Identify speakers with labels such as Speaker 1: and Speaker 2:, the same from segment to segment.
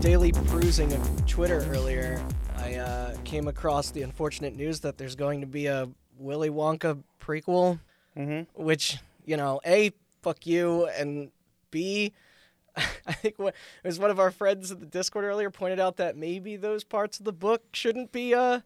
Speaker 1: daily perusing of Twitter earlier, I uh, came across the unfortunate news that there's going to be a Willy Wonka prequel,
Speaker 2: Mm-hmm.
Speaker 1: which you know, a fuck you, and b. I think what, it was one of our friends in the Discord earlier pointed out that maybe those parts of the book shouldn't be uh,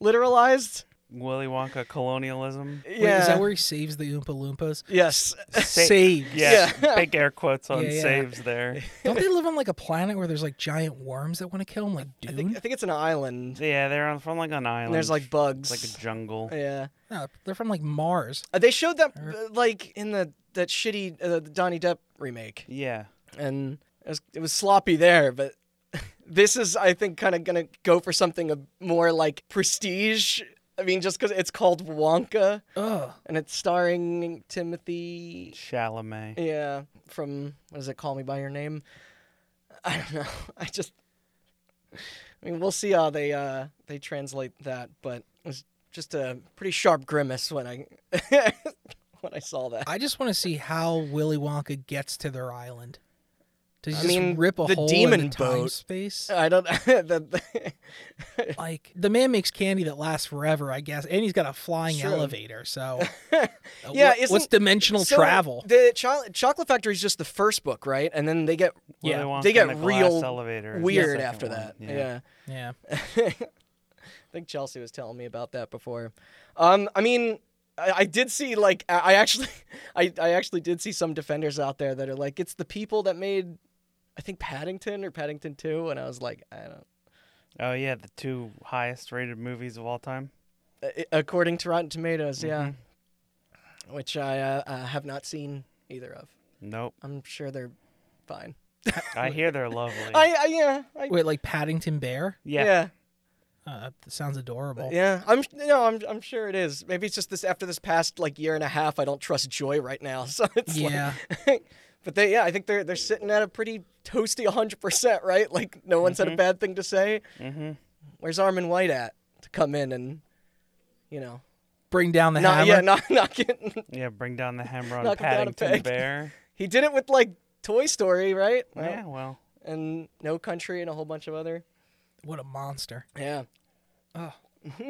Speaker 1: literalized.
Speaker 3: Willy Wonka colonialism.
Speaker 1: Yeah.
Speaker 2: Wait, is that where he saves the Oompa Loompas?
Speaker 1: yes.
Speaker 3: Sa-
Speaker 2: Saves.
Speaker 3: Yeah,
Speaker 1: Yeah.
Speaker 3: big air quotes on
Speaker 2: Yeah, yeah.
Speaker 3: saves there.
Speaker 2: Don't they live on like a planet where there's like giant worms that want to kill him, like
Speaker 1: I
Speaker 2: Dune?
Speaker 1: think, I think it's an island.
Speaker 3: Yeah, they're on from like an island.
Speaker 1: And there's like Uh,
Speaker 3: It's
Speaker 1: bugs.
Speaker 3: like a jungle.
Speaker 1: yeah.
Speaker 2: No, they're from like Mars.
Speaker 1: Uh, They showed that
Speaker 2: Or-
Speaker 1: uh, like in the that shitty uh, Donnie Depp remake,
Speaker 3: Yeah.
Speaker 1: and it was, it was sloppy there. But this is, I think, kind of gonna go for something a more like prestige. I mean, just because it's called Wonka
Speaker 2: Ugh.
Speaker 1: and it's starring Timothy,
Speaker 3: Chalamet.
Speaker 1: yeah, from what is it? Call Me by Your Name. I don't know. I just, I mean, we'll see how they uh they translate that, but it was just a pretty sharp grimace when I when I saw that.
Speaker 2: I just want to see how Willy Wonka gets to their island. Does he
Speaker 1: I
Speaker 2: just
Speaker 1: mean,
Speaker 2: rip a
Speaker 1: the
Speaker 2: hole in
Speaker 1: demon
Speaker 2: the time
Speaker 1: boat.
Speaker 2: space?
Speaker 1: I don't. the, the-
Speaker 2: like the man makes candy that lasts forever, I guess, and he's got a flying
Speaker 1: Sure.
Speaker 2: elevator. So, Uh,
Speaker 1: Yeah,
Speaker 2: what- what's
Speaker 1: isn't-
Speaker 2: dimensional
Speaker 1: so
Speaker 2: travel?
Speaker 1: The cho- Chocolate Factory is just the first book, right? And then they get
Speaker 2: Yeah,
Speaker 3: Willy Wonka
Speaker 1: they get
Speaker 3: and the
Speaker 1: real
Speaker 3: glass elevator is the
Speaker 1: weird
Speaker 3: second
Speaker 1: after
Speaker 3: one.
Speaker 1: that. Yeah.
Speaker 2: yeah,
Speaker 1: I think Chelsea was telling me about that before. Um, I mean, I, I did see like I, I actually, I, I actually did see some defenders out there that are like, it's the people that made, I think Paddington or Paddington Two, and I was like, I don't. uh,
Speaker 3: Oh yeah, the two highest rated movies of all time.
Speaker 1: a- According to Rotten Tomatoes, yeah, which I uh, uh, have not seen either of.
Speaker 3: Nope.
Speaker 1: I'm sure they're fine.
Speaker 3: I hear they're lovely.
Speaker 1: I, I yeah, I,
Speaker 2: wait, like Paddington Bear?
Speaker 3: yeah.
Speaker 1: yeah,
Speaker 2: Uh, that sounds adorable.
Speaker 1: yeah. I'm no, I'm I'm sure it is. Maybe it's just this after this past like year and a half, I don't trust Joy right now. So it's
Speaker 2: Yeah.
Speaker 1: like, but they yeah, I think they're they're sitting at a pretty toasty 100 percent, right? Like no one said a bad thing to say.
Speaker 3: Mhm.
Speaker 1: Where's Armin White at to come in and you know
Speaker 2: Bring down the
Speaker 1: not
Speaker 2: hammer.
Speaker 1: yeah not not getting
Speaker 3: Yeah, bring down the hammer on
Speaker 1: Knock him down a
Speaker 3: Paddington
Speaker 1: peg.
Speaker 3: Bear.
Speaker 1: he did it with like Toy Story, right?
Speaker 3: Yeah, well.
Speaker 1: And No Country and a whole bunch of other
Speaker 2: What a monster!
Speaker 1: yeah.
Speaker 2: Oh,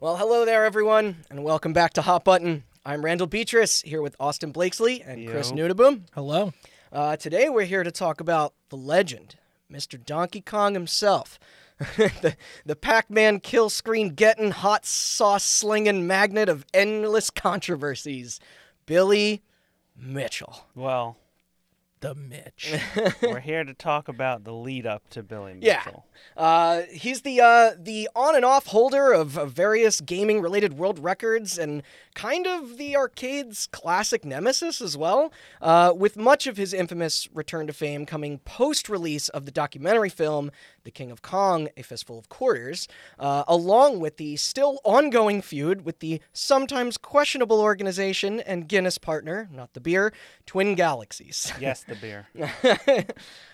Speaker 1: Well, hello there, everyone, and welcome back to Hot Button. I'm Randall Beatrice here with Austin Blakesley and Chris
Speaker 3: Yo.
Speaker 1: Nudeboom.
Speaker 2: hello.
Speaker 1: Uh, today, we're here to talk about the legend, Mr. Donkey Kong himself, the, the Pac Man kill screen getting, hot sauce slinging magnet of endless controversies, Billy Mitchell.
Speaker 3: Well,
Speaker 2: The Mitch.
Speaker 3: we're here to talk about the lead up to Billy
Speaker 1: Yeah.
Speaker 3: Mitchell.
Speaker 1: Uh, he's the uh, the on and off holder of, of various gaming related world records and kind of the arcade's classic nemesis as well. Uh, with much of his infamous return to fame coming post release of the documentary film The King of Kong: A Fistful of Quarters, uh, along with the still ongoing feud with the sometimes questionable organization and Guinness partner, not the beer, Twin Galaxies.
Speaker 3: Yes, the beer.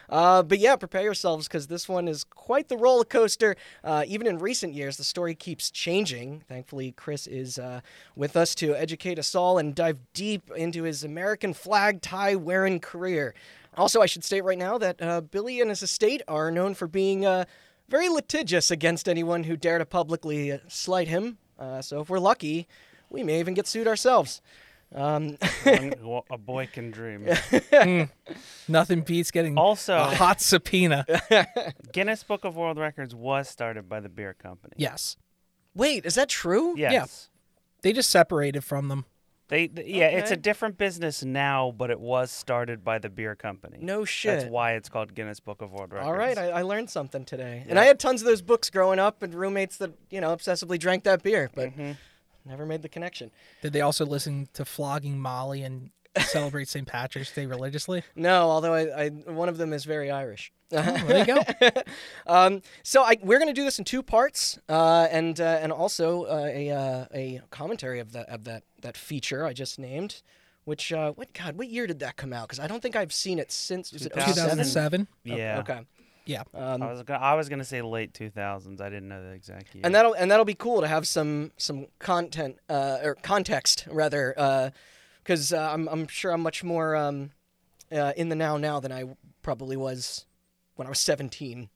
Speaker 1: uh, but yeah, prepare yourselves because this one is quite the roller coaster. Uh, even in recent years, the story keeps changing. Thankfully, Chris is uh, with us to educate us all and dive deep into his American flag tie wearing career. Also, I should state right now that uh, Billy and his estate are known for being uh, very litigious against anyone who dare to publicly slight him. Uh, so, if we're lucky, we may even get sued ourselves. Um,
Speaker 3: One- wa- a boy can dream.
Speaker 2: Nothing beats getting a
Speaker 1: Oh,
Speaker 3: Also,
Speaker 2: hot subpoena.
Speaker 3: Guinness Book of World Records was started by the beer company.
Speaker 2: yes,
Speaker 1: wait, is that true?
Speaker 3: Yes.
Speaker 2: they just separated from them.
Speaker 3: They, th- yeah, it's a
Speaker 1: Okay.
Speaker 3: different business now, but it was started by the beer company.
Speaker 1: No shit.
Speaker 3: That's why it's called Guinness Book of World Records.
Speaker 1: All right, I, I learned something today. And I had tons of those books growing up and roommates that, you know, obsessively drank that beer, but never made the connection.
Speaker 2: Did they also listen to flogging Molly and celebrate St. Patrick's Day religiously?
Speaker 1: No, although I, I one of them is very Irish.
Speaker 2: Oh, there you go.
Speaker 1: um, so I, we're going to do this in two parts, uh, and uh, and also uh, a uh, a commentary of that of that that feature I just named, which uh, what God, what year did that come out? Because I don't think I've seen it since. Was it
Speaker 3: 2007?
Speaker 1: 07?
Speaker 2: 2007.
Speaker 3: Yeah.
Speaker 1: Okay.
Speaker 2: Yeah.
Speaker 1: Um,
Speaker 3: I was gonna, I was gonna say late 2000s. I didn't know the exact year.
Speaker 1: and that'll and that'll be cool to have some some content uh, or context rather because uh, I'm I'm sure I'm much more um, uh, in the now now than I probably was when I was 17.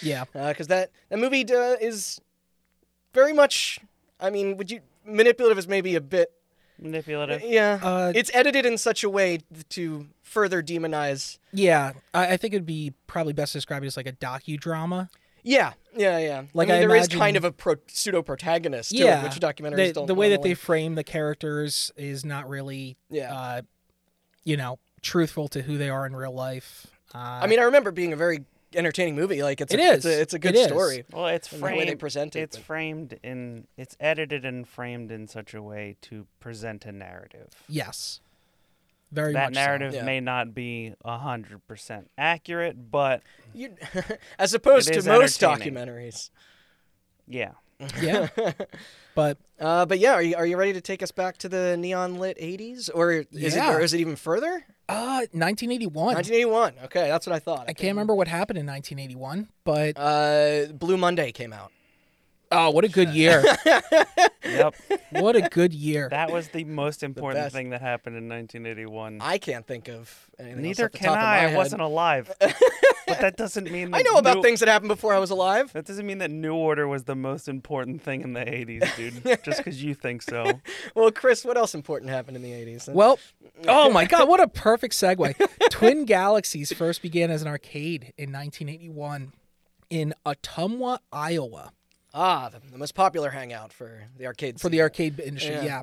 Speaker 2: Yeah.
Speaker 1: because that that movie uh, is very much. I mean, would you manipulative is maybe a bit.
Speaker 3: Manipulative.
Speaker 1: Yeah,
Speaker 2: Uh,
Speaker 1: it's edited in such a way to further demonize.
Speaker 2: yeah. I, I think it'd be probably best described as like a docudrama.
Speaker 1: Yeah, yeah, yeah.
Speaker 2: Like,
Speaker 1: I mean,
Speaker 2: I
Speaker 1: there is
Speaker 2: imagine-
Speaker 1: kind of a pro- pseudo protagonist.
Speaker 2: Yeah.
Speaker 1: which documentaries
Speaker 2: They,
Speaker 1: don't.
Speaker 2: the way that they
Speaker 1: normally-
Speaker 2: frame the characters is not really,
Speaker 1: Yeah.
Speaker 2: uh, you know, truthful to who they are in real life. Uh,
Speaker 1: I mean, I remember being a very entertaining movie. Like it's
Speaker 2: It
Speaker 1: a,
Speaker 2: is.
Speaker 1: It's a, it's a good
Speaker 2: It is.
Speaker 1: story.
Speaker 3: Well, it's
Speaker 1: And the way they
Speaker 3: framed.
Speaker 1: present it.
Speaker 3: It's
Speaker 1: but-
Speaker 3: framed in. It's edited and framed in such a way to present a narrative.
Speaker 2: Uh, yes, very
Speaker 3: that
Speaker 2: much so.
Speaker 3: narrative
Speaker 1: Yeah.
Speaker 3: may not be hundred percent accurate, but
Speaker 1: You, as opposed
Speaker 3: It
Speaker 1: to
Speaker 3: is
Speaker 1: most
Speaker 3: entertaining.
Speaker 1: documentaries.
Speaker 3: yeah.
Speaker 2: Yeah, but
Speaker 1: Uh, but yeah, are you, are you ready to take us back to the neon lit 80s? Or is,
Speaker 2: Yeah.
Speaker 1: it, or is it even further?
Speaker 2: uh, 1981.
Speaker 1: 1981. Okay, that's what I thought.
Speaker 2: I can't remember what happened in 1981, but
Speaker 1: Uh, Blue Monday came out.
Speaker 2: oh, what a good year!
Speaker 3: Yep.
Speaker 2: what a good year!
Speaker 3: That was the most important
Speaker 1: best.
Speaker 3: thing that happened in 1981.
Speaker 1: I can't think of anything. else
Speaker 3: Neither
Speaker 1: off the
Speaker 3: can
Speaker 1: top of my
Speaker 3: I. I
Speaker 1: head.
Speaker 3: wasn't alive. but that doesn't mean
Speaker 1: I
Speaker 3: that
Speaker 1: know about
Speaker 3: New-
Speaker 1: things that happened before I was alive.
Speaker 3: That doesn't mean that New Order was the most important thing in the 80s, dude. just because you think so.
Speaker 1: Well, Chris, what else important happened in the 80s?
Speaker 2: Well, oh my God, what a perfect segue. Twin Galaxies first began as an arcade in 1981 in Ottumwa, Iowa,
Speaker 1: ah, the, the most popular hangout for the arcade.
Speaker 2: for the arcade industry. Yeah.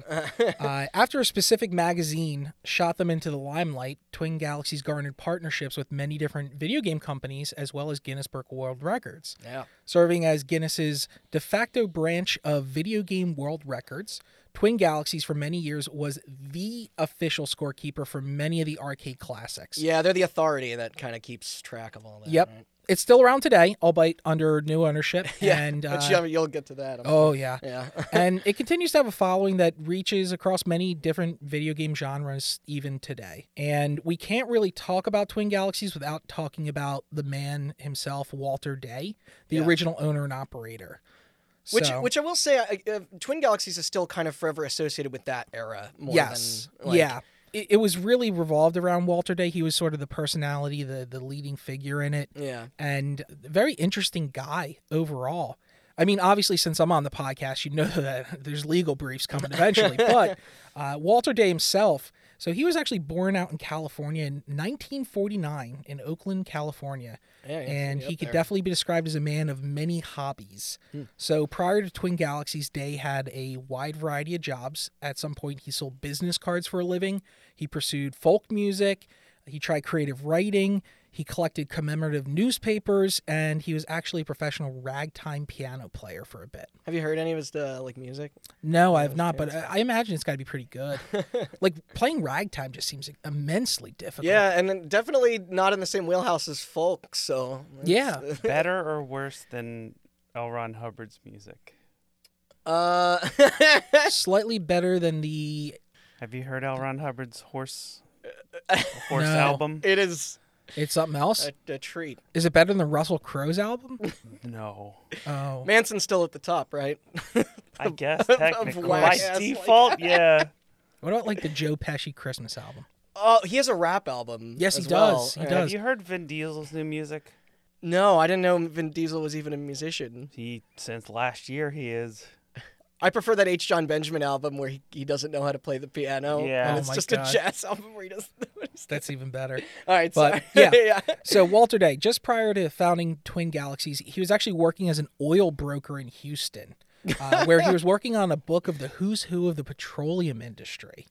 Speaker 2: uh, after a specific magazine shot them into the limelight, Twin Galaxies garnered partnerships with many different video game companies as well as Guinness Book of World Records.
Speaker 1: yeah.
Speaker 2: Serving as Guinness's de facto branch of video game world records, Twin Galaxies for many years was the official scorekeeper for many of the arcade classics.
Speaker 1: Yeah, they're the authority that kind of keeps track of all that.
Speaker 2: Yep.
Speaker 1: right?
Speaker 2: It's still around today, albeit under new ownership.
Speaker 1: Yeah,
Speaker 2: And, uh,
Speaker 1: But you, you'll get to that. I'm-
Speaker 2: oh, yeah.
Speaker 1: Yeah.
Speaker 2: and it continues to have a following that reaches across many different video game genres even today. And we can't really talk about Twin Galaxies without talking about the man himself, Walter Day, the
Speaker 1: Yeah.
Speaker 2: original owner and operator.
Speaker 1: Which,
Speaker 2: So-
Speaker 1: which I will say, uh, uh, Twin Galaxies is still kind of forever associated with that era. More
Speaker 2: yes,
Speaker 1: Than, like,
Speaker 2: yeah. It, it was really revolved around Walter Day. He was sort of the personality, the the leading figure in it.
Speaker 1: Yeah.
Speaker 2: and very interesting guy overall. I mean, obviously, since I'm on the podcast, you know that there's legal briefs coming eventually. but uh, Walter Day himself, so he was actually born out in California in 1949 in Oakland, California.
Speaker 1: Yeah, yeah,
Speaker 2: and
Speaker 1: up
Speaker 2: he could
Speaker 1: there. Hmm.
Speaker 2: definitely be described as a man of many hobbies. So prior to Twin Galaxies, Day had a wide variety of jobs. At some point, he sold business cards for a living. He pursued folk music. He tried creative writing. He collected commemorative newspapers, and he was actually a professional ragtime piano player for a bit.
Speaker 1: Have you heard any of his uh, like music?
Speaker 2: No, I have not, but I I imagine it's got to be pretty good. like playing ragtime just seems immensely difficult.
Speaker 1: Yeah, and then definitely not in the same wheelhouse as folk. So
Speaker 2: Yeah.
Speaker 3: Better or worse than L. Ron Hubbard's music?
Speaker 1: Uh,
Speaker 2: slightly better than the.
Speaker 3: Have you heard L. Ron Hubbard's Horse Horse
Speaker 2: No.
Speaker 3: album?
Speaker 1: it is
Speaker 2: It's something else.
Speaker 1: a, a treat.
Speaker 2: Is it better than Russell Crowe's album?
Speaker 3: No.
Speaker 2: Oh,
Speaker 1: Manson's still at the top, right?
Speaker 3: I guess
Speaker 1: of
Speaker 3: technically by
Speaker 1: whack ass like
Speaker 3: default, yeah.
Speaker 2: what about like the Joe Pesci Christmas album?
Speaker 1: oh, he has a rap album.
Speaker 2: Yes, he
Speaker 1: as well.
Speaker 2: does. He
Speaker 1: Yeah.
Speaker 2: does.
Speaker 3: Have you heard Vin Diesel's new music?
Speaker 1: No, I didn't know Vin Diesel was even a musician.
Speaker 3: He since last year he is.
Speaker 1: I prefer that H. John Benjamin album where he, he doesn't know how to play the piano.
Speaker 3: Yeah.
Speaker 1: and
Speaker 3: Oh
Speaker 1: it's
Speaker 2: my
Speaker 1: just
Speaker 2: God.
Speaker 1: a jazz album where he doesn't know what he's
Speaker 2: That's even better.
Speaker 1: All right,
Speaker 2: But,
Speaker 1: sorry.
Speaker 2: yeah. So Walter Day, just prior to founding Twin Galaxies, he was actually working as an oil broker in Houston, uh, where he was working on a book of the who's who of the petroleum industry.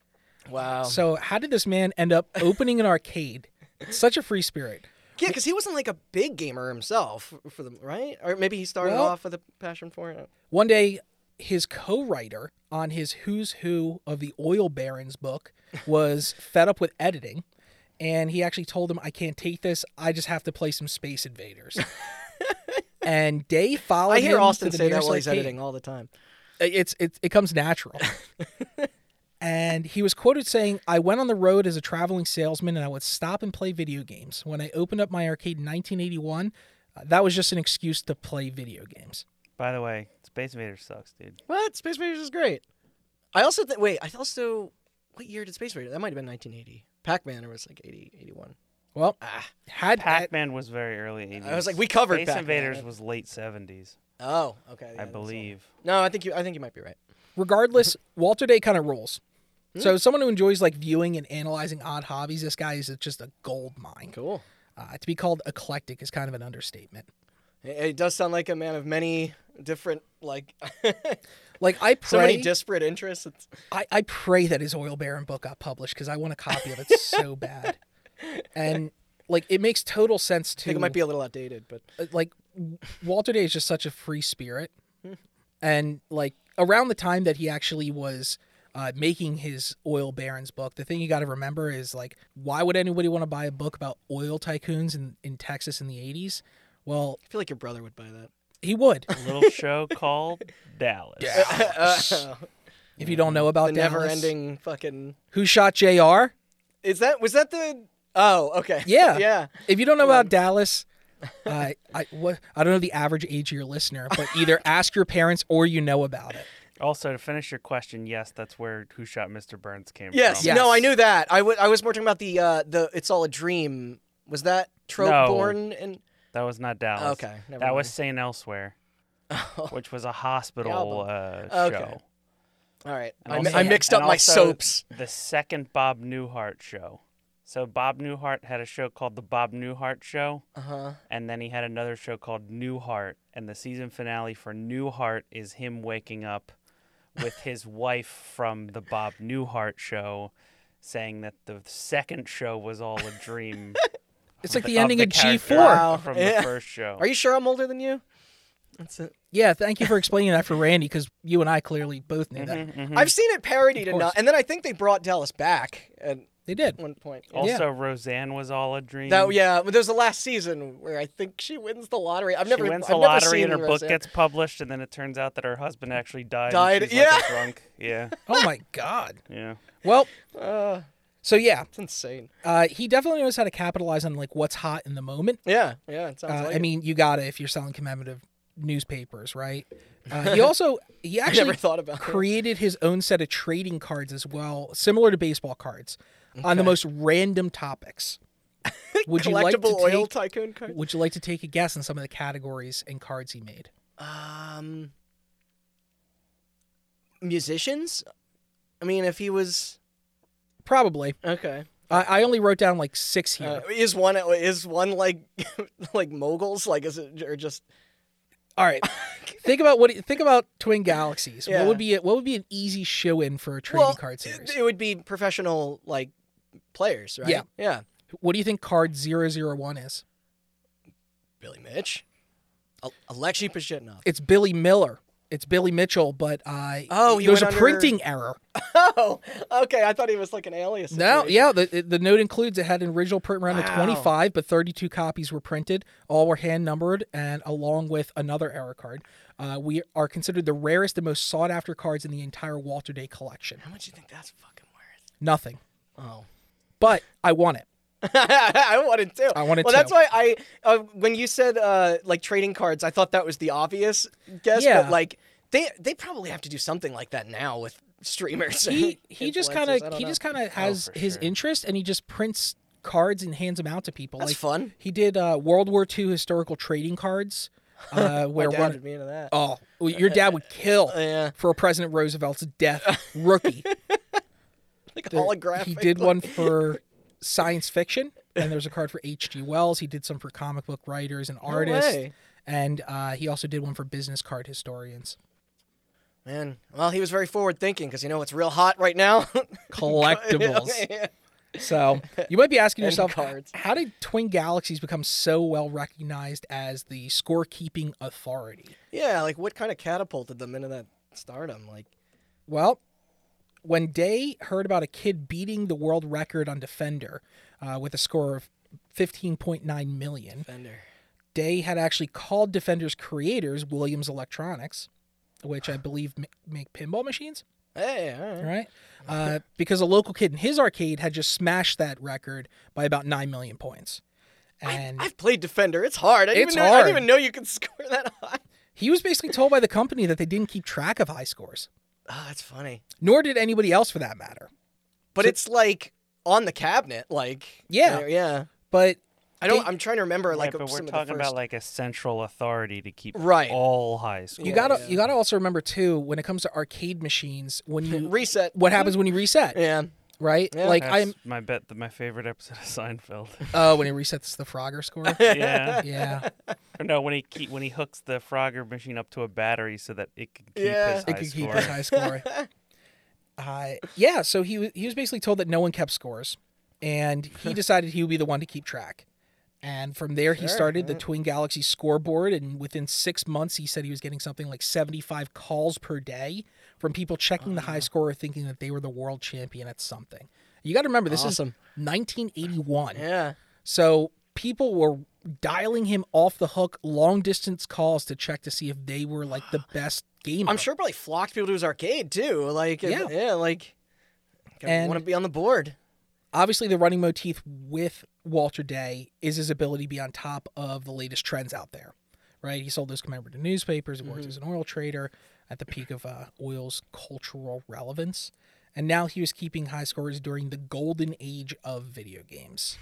Speaker 1: Wow.
Speaker 2: So how did this man end up opening an arcade? Such a free spirit.
Speaker 1: Yeah, because he wasn't like a big gamer himself for the right, or maybe he started
Speaker 2: Well-
Speaker 1: off with a passion for it.
Speaker 2: One day, his co-writer on his Who's Who of the Oil Barons book was fed up with editing, and he actually told him, "I can't take this. I just have to play some Space Invaders." and Day followed.
Speaker 1: I hear
Speaker 2: him
Speaker 1: Austin
Speaker 2: to the
Speaker 1: say that
Speaker 2: nearest
Speaker 1: while he's
Speaker 2: arcade.
Speaker 1: editing all the time.
Speaker 2: It's it, it comes natural. and he was quoted saying, "I went on the road as a traveling salesman, and I would stop and play video games. When I opened up my arcade in 1981, uh, that was just an excuse to play video games."
Speaker 3: By the way, Space Invaders sucks, dude.
Speaker 1: What Space Invaders is great. I also think. Wait, I also what year did Space Invaders? That might have been 1980. Pac Man or was like 80, 81.
Speaker 2: Well,
Speaker 1: Ah.
Speaker 2: had
Speaker 3: Pac Man was very early 80s.
Speaker 1: I was like, we covered
Speaker 3: Space
Speaker 1: Pac-Man,
Speaker 3: Invaders
Speaker 1: right?
Speaker 3: was late 70s,
Speaker 1: Oh, okay. yeah,
Speaker 3: I
Speaker 1: that's all.
Speaker 3: believe.
Speaker 1: No, I think you. I think you might be right.
Speaker 2: regardless, Walter Day kind of rules.
Speaker 1: Hmm?
Speaker 2: So, someone who enjoys like viewing and analyzing odd hobbies, this guy is just a gold mine.
Speaker 1: Cool.
Speaker 2: Uh, to be called eclectic is kind of an understatement.
Speaker 1: It, it does sound like a man of many different, like,
Speaker 2: Like I
Speaker 1: so many
Speaker 2: pray,
Speaker 1: disparate interests. It's,
Speaker 2: I, I pray that his oil baron book got published because I want a copy of it so bad. And like it makes total sense
Speaker 1: I
Speaker 2: to
Speaker 1: think it might be a little outdated, but
Speaker 2: uh, like Walter Day is just such a free spirit, and like around the time that he actually was uh, making his oil barons book, the thing you got to remember is like, why would anybody want to buy a book about oil tycoons in, in Texas in the '80s? Well,
Speaker 1: I feel like your brother would buy that.
Speaker 2: he would.
Speaker 3: A little show called Dallas.
Speaker 1: Uh,
Speaker 2: If you don't know about
Speaker 1: the
Speaker 2: Dallas.
Speaker 1: never-ending fucking.
Speaker 2: who shot Jr.
Speaker 1: Is that was that the? Oh, okay.
Speaker 2: Yeah.
Speaker 1: yeah.
Speaker 2: If you don't know about Dallas, uh, I what I don't know the average age of your listener, but either ask your parents or you know about it.
Speaker 3: Also, to finish your question, yes, that's where Who Shot Mr. Burns came
Speaker 1: Yes.
Speaker 3: from.
Speaker 2: Yeah.
Speaker 1: No, I
Speaker 2: Yes.
Speaker 1: knew that. I wa- I was more talking about the uh, the it's all a dream. Was that trope
Speaker 3: No.
Speaker 1: born in?
Speaker 3: That was not Dallas.
Speaker 1: Okay, never
Speaker 3: That
Speaker 1: mind.
Speaker 3: was St. Elsewhere, which was a hospital uh,
Speaker 1: Okay.
Speaker 3: show.
Speaker 1: All right.
Speaker 3: And
Speaker 1: I,
Speaker 3: also-
Speaker 1: I mixed
Speaker 3: and
Speaker 1: up my
Speaker 3: also
Speaker 1: soaps.
Speaker 3: The second Bob Newhart show. So Bob Newhart had a show called The Bob Newhart Show,
Speaker 1: Uh huh.
Speaker 2: Uh-huh.
Speaker 3: and then he had another show called Newhart, and the season finale for Newhart is him waking up with his wife from the Bob Newhart show saying that the second show was all a dream.
Speaker 2: It's like
Speaker 3: of
Speaker 2: the ending of G
Speaker 3: character
Speaker 2: four.
Speaker 1: Wow.
Speaker 3: from
Speaker 1: Yeah.
Speaker 3: the first show.
Speaker 1: Are you sure I'm older than you? That's it.
Speaker 2: Yeah, thank you for explaining that for Randy because you and I clearly both knew that.
Speaker 3: Mhm, mhm.
Speaker 1: I've seen it parodied
Speaker 2: Of
Speaker 1: enough,
Speaker 2: course.
Speaker 1: and then I think they brought Dallas back at
Speaker 2: They did.
Speaker 1: one point.
Speaker 3: Also, Roseanne was all a dream.
Speaker 1: That yeah, but there's the last season where I think she wins the lottery. I've never
Speaker 3: she wins
Speaker 1: I've
Speaker 3: the
Speaker 1: never
Speaker 3: lottery
Speaker 1: seen
Speaker 3: and her
Speaker 1: Roseanne.
Speaker 3: book gets published, and then it turns out that her husband actually died. and
Speaker 1: Died,
Speaker 3: she's like
Speaker 1: yeah.
Speaker 3: a drunk. Yeah,
Speaker 2: Oh my God.
Speaker 3: yeah.
Speaker 2: Well,
Speaker 1: Uh,
Speaker 2: so yeah,
Speaker 1: it's insane.
Speaker 2: uh, he definitely knows how to capitalize on like what's hot in the moment.
Speaker 1: Yeah, yeah. It sounds
Speaker 2: Uh,
Speaker 1: like
Speaker 2: I
Speaker 1: it.
Speaker 2: mean, you got to if you're selling commemorative newspapers, right? Uh, he also he
Speaker 1: I
Speaker 2: actually
Speaker 1: never thought about it.
Speaker 2: created his own set of trading cards as well, similar to baseball cards, on the most random topics. Would you like to
Speaker 1: collectible oil
Speaker 2: take,
Speaker 1: tycoon card.
Speaker 2: Would you like to take a guess on some of the categories and cards he made?
Speaker 1: Um, musicians. I mean, if he was
Speaker 2: Probably.
Speaker 1: okay,
Speaker 2: I, I only wrote down like six here.
Speaker 1: uh, is one is one like like moguls? Like is it or just
Speaker 2: All right. think about what think about Twin Galaxies.
Speaker 1: Yeah.
Speaker 2: What would be a, what would be an easy show in for a trading
Speaker 1: well,
Speaker 2: card
Speaker 1: it-
Speaker 2: series?
Speaker 1: It, would be professional like players, right?
Speaker 2: Yeah.
Speaker 1: yeah.
Speaker 2: what do you think card 001 is?
Speaker 1: Billy Mitch, Al- Alexei Pajitnov.
Speaker 2: It's Billy Miller. It's Billy Mitchell, but uh,
Speaker 1: Oh, he
Speaker 2: there's a
Speaker 1: went under-
Speaker 2: printing error.
Speaker 1: Oh, okay. I thought he was like an alias.
Speaker 2: No,
Speaker 1: situation.
Speaker 2: yeah, the the note includes it had an original print run of
Speaker 1: Wow.
Speaker 2: 25, but 32 copies were printed. All were hand numbered, and along with another error card, uh, we are considered the rarest and most sought after cards in the entire Walter Day collection.
Speaker 1: How much do you think that's fucking worth?
Speaker 2: Nothing,
Speaker 1: Oh.
Speaker 2: but I want it.
Speaker 1: I wanted to.
Speaker 2: I wanted
Speaker 1: well,
Speaker 2: to.
Speaker 1: that's why I, uh, when you said uh, like trading cards, I thought that was the obvious guess.
Speaker 2: Yeah.
Speaker 1: But like, they they probably have to do something like that now with streamers.
Speaker 2: He
Speaker 1: and
Speaker 2: he just
Speaker 1: influencers.
Speaker 2: kind of
Speaker 1: I don't
Speaker 2: he
Speaker 1: know. Oh,
Speaker 2: just kind of has
Speaker 3: for
Speaker 2: his
Speaker 3: sure.
Speaker 2: interest, and he just prints cards and hands them out to people.
Speaker 1: that's
Speaker 2: like
Speaker 1: fun.
Speaker 2: he did uh, World War II historical trading cards, uh,
Speaker 1: My
Speaker 2: where
Speaker 1: dad
Speaker 2: one
Speaker 1: would be into that.
Speaker 2: oh well, your dad would kill
Speaker 1: yeah,
Speaker 2: for President Roosevelt's death rookie.
Speaker 1: like
Speaker 2: There-
Speaker 1: holographic.
Speaker 2: He did
Speaker 1: like-
Speaker 2: one for science fiction, and there's a card for H.G. Wells. He did some for comic book writers and artists,
Speaker 1: way.
Speaker 2: and uh, he also did one for business card historians.
Speaker 1: Man, well, he was very forward thinking because you know what's real hot right now.
Speaker 2: Collectibles. So you might be asking
Speaker 1: And
Speaker 2: yourself,
Speaker 1: cards.
Speaker 2: how did Twin Galaxies become so well recognized as the scorekeeping authority?
Speaker 1: yeah, like what kind of catapulted them into that stardom? Like,
Speaker 2: Well, when Day heard about a kid beating the world record on Defender uh, with a score of 15.9 million,
Speaker 1: Fender.
Speaker 2: Day had actually called Defender's creators Williams Electronics, which I believe ma- make pinball machines,
Speaker 1: Hey, all right.
Speaker 2: right? Uh, because a local kid in his arcade had just smashed that record by about 9 million points. And
Speaker 1: I've played Defender. It's hard. I didn't,
Speaker 2: It's
Speaker 1: even know, I
Speaker 2: hard.
Speaker 1: didn't even know you could score that high.
Speaker 2: he was basically told by the company that they didn't keep track of high scores, Ah,
Speaker 1: Oh, that's funny.
Speaker 2: nor did anybody else for that matter.
Speaker 1: But it's like on the cabinet, like
Speaker 2: Yeah.
Speaker 1: yeah.
Speaker 2: But
Speaker 1: I don't.
Speaker 2: Did-
Speaker 1: I'm trying to remember like
Speaker 3: Right, but
Speaker 1: some
Speaker 3: we're
Speaker 1: of the
Speaker 3: talking
Speaker 1: first-
Speaker 3: about like a central authority to keep
Speaker 1: Right.
Speaker 3: all high school.
Speaker 2: you gotta
Speaker 1: yeah.
Speaker 2: you gotta also remember too when it comes to arcade machines when you
Speaker 1: reset.
Speaker 2: what happens when you reset,
Speaker 1: Yeah.
Speaker 2: right?
Speaker 1: Yeah.
Speaker 2: Like
Speaker 3: That's
Speaker 2: I'm
Speaker 3: my bet that my favorite episode of Seinfeld.
Speaker 2: oh when it resets the Frogger score.
Speaker 3: yeah.
Speaker 2: yeah,
Speaker 3: Or no, when he keep, when he hooks the Frogger machine up to a battery so that it can keep
Speaker 1: Yeah.
Speaker 3: his high
Speaker 2: it could
Speaker 3: score.
Speaker 2: keep his high score. Uh, yeah, so he wa- he was basically told that no one kept scores, and he decided he would be the one to keep track. And from there, he
Speaker 1: Sure,
Speaker 2: started the Twin Galaxy scoreboard, and within six months, he said he was getting something like seventy-five calls per day from people checking the
Speaker 1: Ah.
Speaker 2: high score, thinking that they were the world champion at something. You got to remember, this
Speaker 1: Awesome.
Speaker 2: is 1981.
Speaker 1: Yeah.
Speaker 2: So people were dialing him off the hook, long distance calls to check to see if they were like the best gamer.
Speaker 1: I'm sure probably flocked people to his arcade too. Like yeah,
Speaker 2: Yeah.
Speaker 1: like. I
Speaker 2: And-
Speaker 1: want to be on the board.
Speaker 2: Obviously, the running motif with Walter Day is his ability to be on top of the latest trends out there, right? He sold those commemorative newspapers, he worked
Speaker 3: Mm-hmm.
Speaker 2: as an oil trader at the peak of uh, oil's cultural relevance. And now he was keeping high scores during the golden age of video games,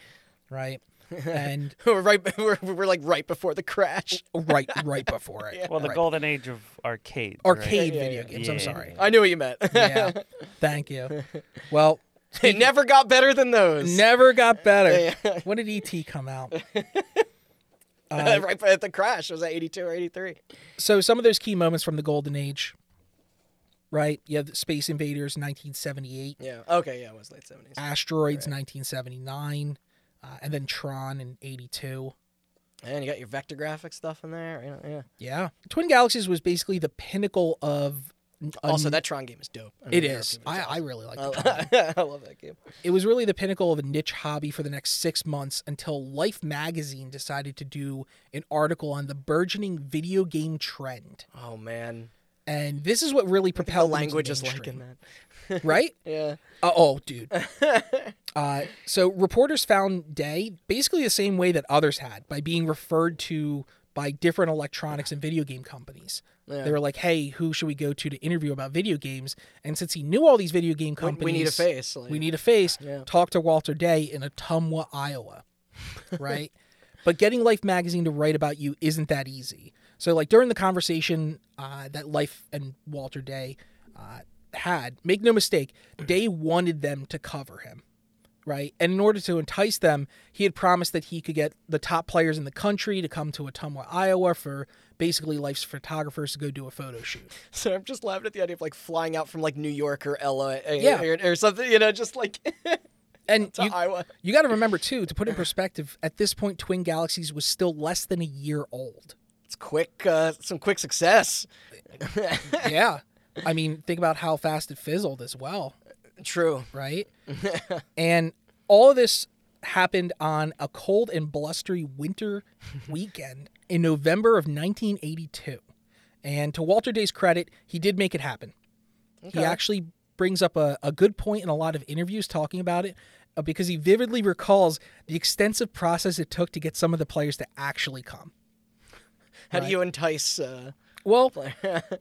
Speaker 2: right? And
Speaker 1: we're right. We're, we're like right before the crash.
Speaker 2: right, right before it.
Speaker 3: Well, the
Speaker 2: right.
Speaker 3: golden age of arcades. right?
Speaker 2: arcade
Speaker 1: Yeah, yeah,
Speaker 2: video
Speaker 1: yeah.
Speaker 2: games. I'm
Speaker 3: Yeah.
Speaker 2: sorry.
Speaker 1: I knew what you meant.
Speaker 2: yeah. Thank you. Well,
Speaker 1: it never got better than those.
Speaker 2: never got better.
Speaker 1: Yeah.
Speaker 2: When did ET come out? Uh,
Speaker 1: right at the crash was that 82 or 83?
Speaker 2: So some of those key moments from the golden age, right? You have Space Invaders 1978,
Speaker 1: Yeah. Okay. Yeah, it was late 70s.
Speaker 2: Asteroids 1979, uh, and then Tron in 82.
Speaker 1: And you got your vector graphic stuff in there. you know, Yeah.
Speaker 2: Yeah. Twin Galaxies was basically the pinnacle of n- a
Speaker 1: Also,
Speaker 2: n-
Speaker 1: that Tron game is dope. I mean,
Speaker 2: Um, it
Speaker 1: I don't
Speaker 2: is.
Speaker 1: give a
Speaker 2: I,
Speaker 1: shit.
Speaker 2: I really like
Speaker 1: I,
Speaker 2: it.
Speaker 1: love- I love that game.
Speaker 2: It was really the pinnacle of a niche hobby for the next six months until Life magazine decided to do an article on the burgeoning video game trend.
Speaker 1: Oh man,
Speaker 2: And this is what really
Speaker 1: the
Speaker 2: propelled them to
Speaker 1: language is like in
Speaker 2: mainstream,
Speaker 1: that.
Speaker 2: right?
Speaker 1: Yeah.
Speaker 2: Uh, oh, dude. uh, so reporters found Day basically the same way that others had by being referred to by different electronics and video game companies.
Speaker 1: Yeah.
Speaker 2: They were like, "Hey, who should we go to to interview about video games?" And since he knew all these video game
Speaker 1: We-
Speaker 2: companies,
Speaker 1: we need a face. Like,
Speaker 2: we need a face.
Speaker 1: Yeah.
Speaker 2: Talk to Walter Day in Ottumwa, Iowa. Right? but getting Life magazine to write about you isn't that easy. So, like during the conversation uh, that Life and Walter Day uh, had, make no mistake, Day wanted them to cover him. Right. And in order to entice them, he had promised that he could get the top players in the country to come to Ottumwa, Iowa for basically Life's photographers to go do a photo shoot.
Speaker 1: So I'm just laughing at the idea of like flying out from like New York or LA
Speaker 2: Yeah.
Speaker 1: or, or something. You know, just like
Speaker 2: And
Speaker 1: to
Speaker 2: you,
Speaker 1: Iowa.
Speaker 2: You got to remember too, to put in perspective, at this point, Twin Galaxies was still less than a year old.
Speaker 1: It's quick. Uh, some quick success.
Speaker 2: yeah, I mean, think about how fast it fizzled as well,
Speaker 1: True.
Speaker 2: right? and all of this happened on a cold and blustery winter weekend in November of 1982. And to Walter Day's credit, he did make it happen. He actually brings up a, a good point in a lot of interviews talking about it uh, because he vividly recalls the extensive process it took to get some of the players to actually come.
Speaker 1: How do you entice? Uh,
Speaker 2: Well,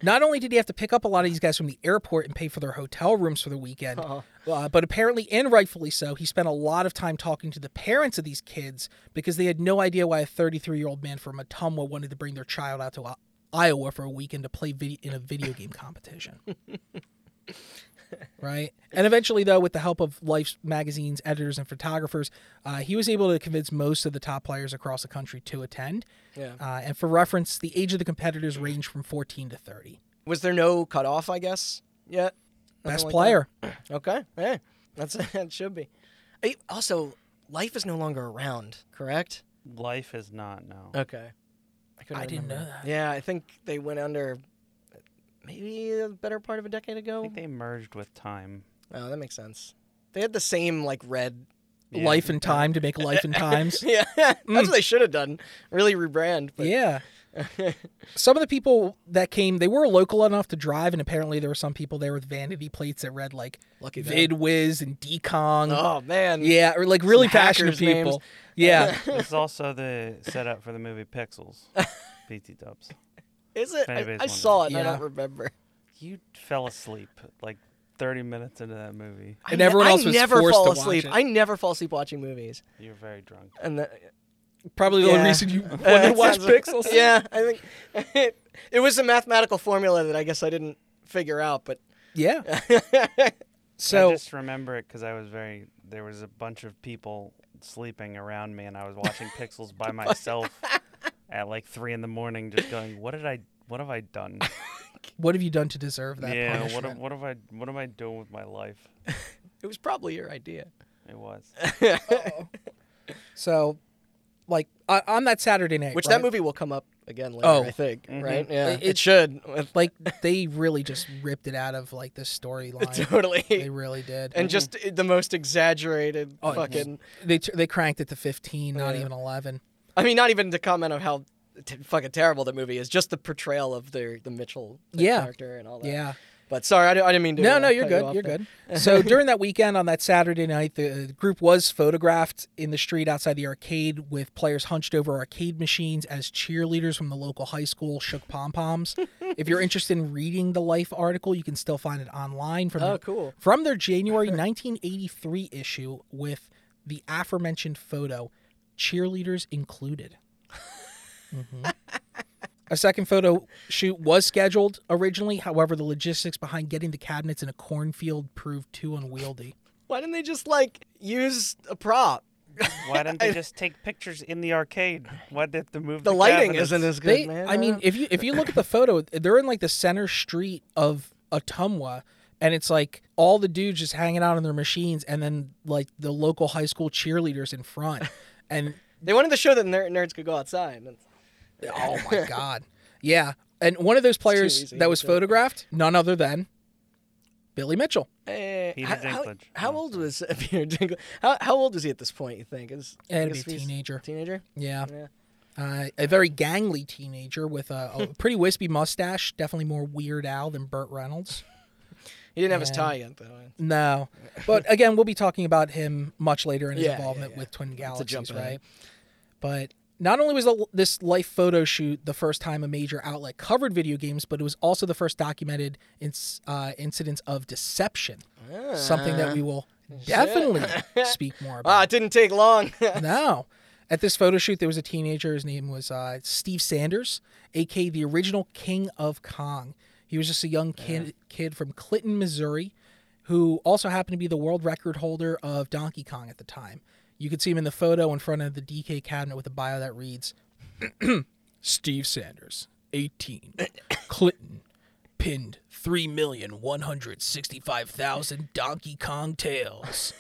Speaker 2: not only did he have to pick up a lot of these guys from the airport and pay for their hotel rooms for the weekend, uh, but apparently, and rightfully so, he spent a lot of time talking to the parents of these kids because they had no idea why a 33 year old man from Ottumwa wanted to bring their child out to I- Iowa for a weekend to play vid- in a video game competition. right? And eventually, though, with the help of Life's magazine's editors and photographers, uh, he was able to convince most of the top players across the country to attend.
Speaker 1: Yeah.
Speaker 2: Uh, and for reference, the age of the competitors ranged from 14 to 30.
Speaker 1: was there no cutoff? I guess yet. Nothing
Speaker 2: Best
Speaker 1: like that?
Speaker 2: player.
Speaker 1: Okay. Hey, that's that should be. Hey, also, life is no longer around. Correct.
Speaker 3: Life is not no.
Speaker 2: Uh,
Speaker 1: Okay. I, couldn't
Speaker 2: I didn't
Speaker 1: remember.
Speaker 2: know that.
Speaker 1: Yeah, I think they went under maybe a better part of a decade
Speaker 3: I
Speaker 1: ago.
Speaker 3: think they merged with time.
Speaker 1: Oh, that makes sense. They had the same like red.
Speaker 3: Yeah.
Speaker 2: Life and time to make life and times.
Speaker 1: Yeah, Mm. that's what they should have done. Really rebrand. But
Speaker 2: Yeah. some of the people that came, they were local enough to drive, and apparently there were some people there with vanity plates that read like
Speaker 1: Lucky them.
Speaker 2: VidWiz and Decong.
Speaker 1: Oh man.
Speaker 2: Yeah, or like really passionate
Speaker 1: hackers' names.
Speaker 2: people. Yeah.
Speaker 3: This is also the setup for the movie Pixels. PT Dubs.
Speaker 1: Is it? I,
Speaker 3: Anybody's
Speaker 1: I
Speaker 3: wondering.
Speaker 1: saw it. and I
Speaker 2: Yeah.
Speaker 1: don't remember.
Speaker 3: You fell asleep like 30 minutes into that movie.
Speaker 2: And
Speaker 1: I ne-
Speaker 2: everyone else
Speaker 1: I
Speaker 2: was
Speaker 1: never
Speaker 2: forced
Speaker 1: fall
Speaker 2: to watch
Speaker 1: asleep.
Speaker 2: it.
Speaker 1: I never fall asleep watching movies.
Speaker 3: You're very drunk.
Speaker 1: And the,
Speaker 2: Probably the only
Speaker 1: Yeah.
Speaker 2: reason you wanted
Speaker 1: Uh,
Speaker 2: to
Speaker 1: it
Speaker 2: watch
Speaker 1: sounds like-
Speaker 2: Pixels.
Speaker 1: Yeah, I think it, was a mathematical formula that I guess I didn't figure out, but
Speaker 2: Yeah.
Speaker 3: I
Speaker 2: So
Speaker 3: just remember it because I was very. There was a bunch of people sleeping around me, and I was watching Pixels by myself at like three in the morning, just going, "What did I? What have I done?
Speaker 2: what have you done to deserve that
Speaker 3: yeah, what,
Speaker 2: punishment?
Speaker 3: have- what have I? What am I doing with my life?"
Speaker 1: it was probably your idea.
Speaker 3: It was.
Speaker 2: So, like on on that Saturday night,
Speaker 1: Which
Speaker 2: right,
Speaker 1: that movie will come up again later,
Speaker 2: Oh.
Speaker 1: I think.
Speaker 3: Mhm.
Speaker 1: Right? Yeah,
Speaker 2: It-
Speaker 1: it,
Speaker 2: it-
Speaker 1: should.
Speaker 2: like they really just ripped it out of like the storyline.
Speaker 1: totally.
Speaker 2: they really did.
Speaker 1: and just eh, the most exaggerated
Speaker 2: Oh, it was-
Speaker 1: fucking.
Speaker 2: they t- they cranked it to 15, not
Speaker 1: Yeah.
Speaker 2: even 11.
Speaker 1: I mean, not even to comment on how t- fucking terrible the movie is. Just the portrayal of the the Mitchell the
Speaker 2: Yeah.
Speaker 1: character and all that.
Speaker 2: Yeah.
Speaker 1: But sorry, I, di- I didn't mean to.
Speaker 2: No,
Speaker 1: uh,
Speaker 2: no, you're
Speaker 1: cut
Speaker 2: good.
Speaker 1: You off
Speaker 2: You're
Speaker 1: there.
Speaker 2: good. So during that weekend on that Saturday night, the group was photographed in the street outside the arcade with players hunched over arcade machines as cheerleaders from the local high school shook pom poms. if you're interested in reading the Life article, you can still find it online from
Speaker 1: Oh,
Speaker 2: their,
Speaker 1: cool.
Speaker 2: from their January 1983 issue with the aforementioned photo, cheerleaders included. Mm-hmm. A second photo shoot was scheduled originally. However, the logistics behind getting the cabinets in a cornfield proved too unwieldy.
Speaker 1: Why didn't they just like use a prop?
Speaker 3: Why didn't they just take pictures in the arcade? Why did the move?
Speaker 1: The lighting
Speaker 3: cabinets?
Speaker 1: isn't as good,
Speaker 2: They,
Speaker 1: man.
Speaker 2: I mean, if you if you look at the photo, they're in like the center street of Atumwa, and it's like all the dudes just hanging out on their machines, and then like the local high school cheerleaders in front, and
Speaker 1: They wanted to show that ner- nerds could go outside. That's-
Speaker 2: oh my god, yeah. And one of those players
Speaker 1: easy,
Speaker 2: that was
Speaker 1: so-
Speaker 2: photographed, none other than Billy Mitchell.
Speaker 1: Eh,
Speaker 3: Peter
Speaker 1: how, how-
Speaker 3: Dinklage.
Speaker 1: how
Speaker 3: Oh,
Speaker 1: old
Speaker 3: sorry.
Speaker 1: was Peter Dinklage? How, how old is he at this point? You think? Is
Speaker 2: He had to
Speaker 1: I
Speaker 2: be a
Speaker 1: guess he's-
Speaker 2: teenager.
Speaker 1: Teenager.
Speaker 2: Yeah.
Speaker 1: Yeah.
Speaker 2: Uh, a very gangly teenager with a, a pretty wispy mustache, definitely more Weird Al than Burt Reynolds.
Speaker 1: He didn't have his
Speaker 2: Yeah.
Speaker 1: tie yet, though.
Speaker 2: No, but again, we'll be talking about him much later in his
Speaker 1: Yeah, yeah,
Speaker 2: involvement
Speaker 1: yeah.
Speaker 2: with Twin
Speaker 1: a jump
Speaker 2: Galaxies,
Speaker 1: ahead.
Speaker 2: right? But not only was the, this life photo shoot the first time a major outlet covered video games, but it was also the first documented inc- uh, incidents of deception,
Speaker 1: Ah.
Speaker 2: something that we will definitely speak more about.
Speaker 1: Ah, it didn't take long.
Speaker 2: no. At this photo shoot, there was a teenager. His name was uh, Steve Sanders, aka the original King of Kong. He was just a young kid, kid from Clinton, Missouri, who also happened to be the world record holder of Donkey Kong at the time. You could see him in the photo in front of the DK cabinet with a bio that reads Steve Sanders, 18, Clinton, pinned 3,165,000 Donkey Kong tails.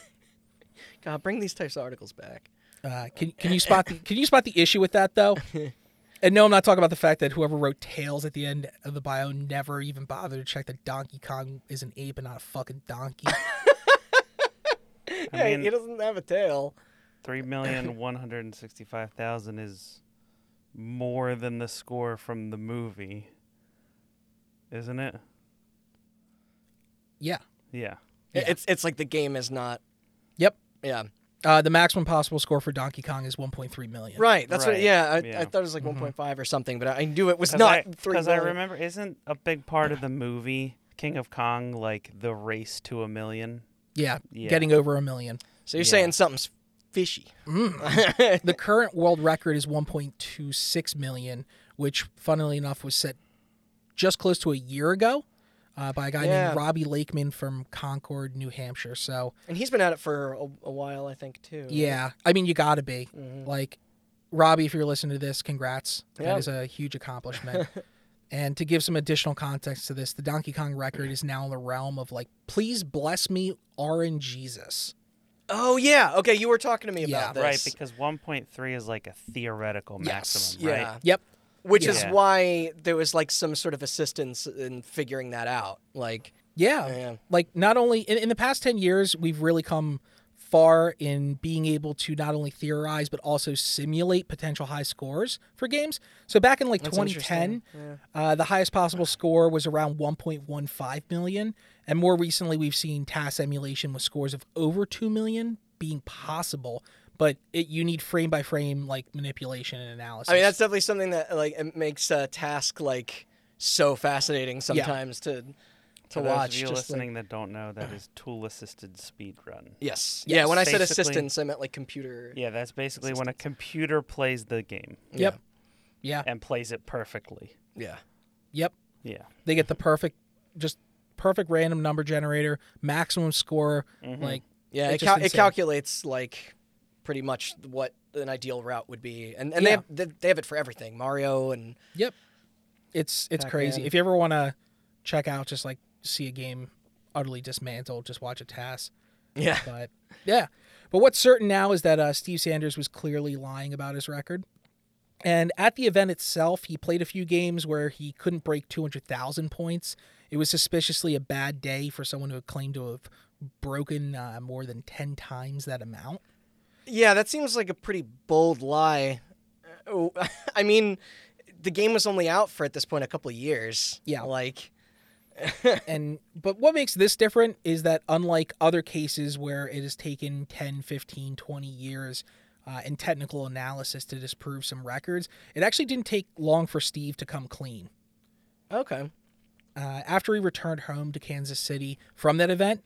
Speaker 1: God, bring these types of articles back.
Speaker 2: Uh, can can
Speaker 1: Eh,
Speaker 2: you spot the can you spot the issue with that though? And no, I'm not talking about the fact that whoever wrote tails at the end of the bio never even bothered to check that Donkey Kong is an ape and not a fucking donkey.
Speaker 3: I
Speaker 1: yeah, he
Speaker 3: mean-
Speaker 1: doesn't have a tail.
Speaker 3: Three million one hundred and sixty-five thousand is more than the score from the movie, isn't it?
Speaker 2: yeah.
Speaker 3: Yeah.
Speaker 1: It- It's it's like the game is not.
Speaker 2: Yep.
Speaker 1: Yeah.
Speaker 2: Uh, the maximum possible score for Donkey Kong is 1.3 million.
Speaker 1: Right. That's what.
Speaker 3: Right,
Speaker 1: Yeah I,
Speaker 3: yeah.
Speaker 1: I thought it
Speaker 2: Mm-hmm.
Speaker 1: was like 1.5 or something, but I knew it was
Speaker 3: Cause
Speaker 1: not
Speaker 3: I,
Speaker 1: three.
Speaker 3: Because I
Speaker 1: million.
Speaker 3: remember, isn't a big part of the movie King of Kong like the race to a million?
Speaker 2: Yeah,
Speaker 3: Yeah.
Speaker 2: Getting over a million.
Speaker 1: So you're
Speaker 3: Yeah.
Speaker 1: saying something's fishy.
Speaker 2: The current world record is 1.26 million, which, funnily enough, was set just close to a year ago uh, by a guy
Speaker 1: Yeah.
Speaker 2: named Robbie Lakeman from Concord, New Hampshire. So
Speaker 1: and he's been at it for a, a while, I think, too.
Speaker 2: Yeah, I mean, you got to be like Robbie. If you're listening to this, congrats.
Speaker 1: Yeah.
Speaker 2: That is a huge accomplishment. and to give some additional context to this, the Donkey Kong record is now in the realm of like, please bless me, RNGesus. Jesus.
Speaker 1: Oh yeah. Okay, you were talking to me
Speaker 2: Yeah.
Speaker 1: about this.
Speaker 3: Right, because 1.3 is like a theoretical
Speaker 2: Yes.
Speaker 3: maximum, right?
Speaker 1: Yeah.
Speaker 2: Yep.
Speaker 1: Which
Speaker 3: Yeah.
Speaker 1: is why there was like some sort of assistance in figuring that out. Like,
Speaker 3: Oh,
Speaker 2: Yeah.
Speaker 1: Yeah.
Speaker 2: Like not only in, in the past 10 years, we've really come far in being able to not only theorize but also simulate potential high scores for games. So back in like 2010, uh, the highest possible score was around 1.15 million, and more recently we've seen TAS emulation with scores of over 2 million being possible, but it, you need frame by frame like manipulation and analysis.
Speaker 1: I mean, that's definitely something that like it makes a task like so fascinating sometimes to to
Speaker 3: those
Speaker 1: watch.
Speaker 3: of you
Speaker 1: just like-
Speaker 3: listening that don't know, that is tool-assisted speed run.
Speaker 1: yes.
Speaker 2: Yes,
Speaker 1: Yeah. When I said
Speaker 3: basically-
Speaker 1: assistance, I meant like computer.
Speaker 3: Yeah, that's basically when a computer plays the game
Speaker 2: Yep. Yeah.
Speaker 3: and plays it perfectly.
Speaker 1: Yeah.
Speaker 2: Yep.
Speaker 3: Yeah.
Speaker 2: They get the perfect, just perfect random number generator, maximum score. Like,
Speaker 1: Yeah.
Speaker 2: It's
Speaker 1: It,
Speaker 2: just
Speaker 1: cal- it
Speaker 2: insane.
Speaker 1: calculates like pretty much what an ideal route would be, and and
Speaker 2: Yeah.
Speaker 1: they, have, they they have it for everything. Mario and
Speaker 2: yep. It's it's
Speaker 1: Pac-Man.
Speaker 2: crazy. If you ever want to check out, just like see a game utterly dismantled, just watch a task.
Speaker 1: yeah.
Speaker 2: But yeah. But what's certain now is that uh, Steve Sanders was clearly lying about his record. And at the event itself, he played a few games where he couldn't break 200,000 points. It was suspiciously a bad day for someone who had claimed to have broken uh, more than 10 times that amount.
Speaker 1: Yeah, that seems like a pretty bold lie. Uh, oh, I mean, the game was only out for at this point a couple of years.
Speaker 2: Yeah.
Speaker 1: Like,
Speaker 2: and but what makes this different is that unlike other cases where it has taken 10 15 20 years uh, in technical analysis to disprove some records it actually didn't take long for steve to come clean
Speaker 1: okay.
Speaker 2: uh, after he returned home to kansas city from that event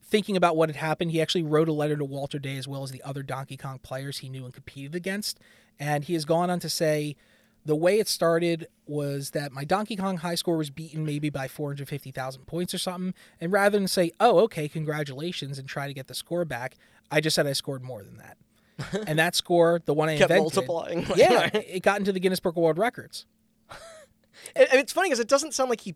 Speaker 2: thinking about what had happened he actually wrote a letter to walter day as well as the other donkey kong players he knew and competed against and he has gone on to say the way it started was that my Donkey Kong high score was beaten maybe by 450,000 points or something. And rather than say, oh, okay, congratulations, and try to get the score back, I just said I scored more than that. and that score, the one I
Speaker 1: Kept
Speaker 2: invented,
Speaker 1: multiplying.
Speaker 2: yeah, it got into the Guinness Book of World Records.
Speaker 1: And- and it's funny because it doesn't sound like he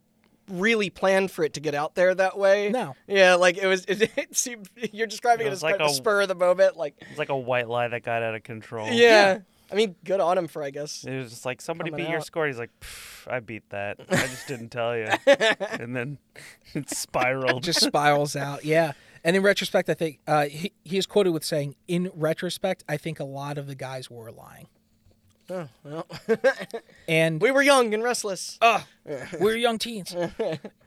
Speaker 1: really planned for it to get out there that way.
Speaker 2: No.
Speaker 1: Yeah, like it was. It, it seemed you're describing
Speaker 3: It
Speaker 1: it,
Speaker 3: was
Speaker 1: as
Speaker 3: like
Speaker 1: kind of
Speaker 3: a-
Speaker 1: spur of the moment. Like,
Speaker 3: It's like a white lie that got out of control.
Speaker 1: yeah. I mean, good on him for I guess.
Speaker 3: It was just like somebody
Speaker 1: Coming
Speaker 3: beat your
Speaker 1: out.
Speaker 3: score. He's like, "Pff, I beat that. I just didn't tell you. and then it spiraled.
Speaker 2: Just spirals out, yeah. And in retrospect, I think uh, he, he is quoted with saying, in retrospect, I think a lot of the guys were lying.
Speaker 1: Oh, well.
Speaker 2: And
Speaker 1: we were young and restless.
Speaker 2: Ugh, we're young teens.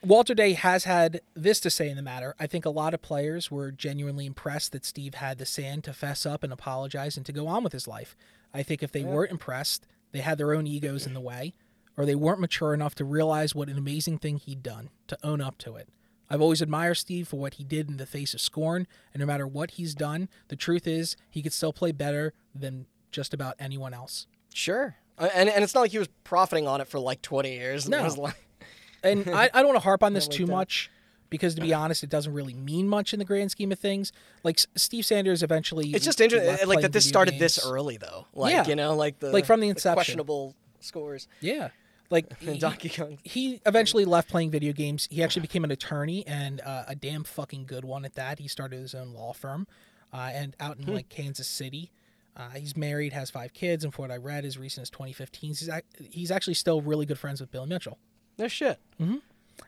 Speaker 2: Walter Day has had this to say in the matter. I think a lot of players were genuinely impressed that Steve had the sand to fess up and apologize and to go on with his life. I think if they weren't impressed, they had their own egos in the way, or they weren't mature enough to realize what an amazing thing he'd done, to own up to it. I've always admired Steve for what he did in the face of scorn, and no matter what he's done, the truth is he could still play better than just about anyone else.
Speaker 1: Sure. Uh, And and it's not like he was profiting on it for like 20 years. and it
Speaker 2: No.
Speaker 1: was like-
Speaker 2: and I, I don't want to harp on this
Speaker 1: like
Speaker 2: too
Speaker 1: that.
Speaker 2: much because to be honest it doesn't really mean much in the grand scheme of things like S- steve sanders eventually
Speaker 1: It's just interesting,
Speaker 2: left
Speaker 1: like that
Speaker 2: playing
Speaker 1: this
Speaker 2: video
Speaker 1: started this
Speaker 2: games.
Speaker 1: early though. Like
Speaker 2: Yeah.
Speaker 1: you know, like the
Speaker 2: Like, from the inception.
Speaker 1: questionable scores.
Speaker 2: yeah like
Speaker 1: And
Speaker 2: he,
Speaker 1: Donkey Kong.
Speaker 2: he eventually left playing video games he actually became an attorney and uh, a damn fucking good one at that he started his own law firm uh, and out
Speaker 1: Hmm.
Speaker 2: in like kansas city uh, he's married has five kids and from what i read as recent as 2015 he's, ac- he's actually still really good friends with bill mitchell
Speaker 1: No shit.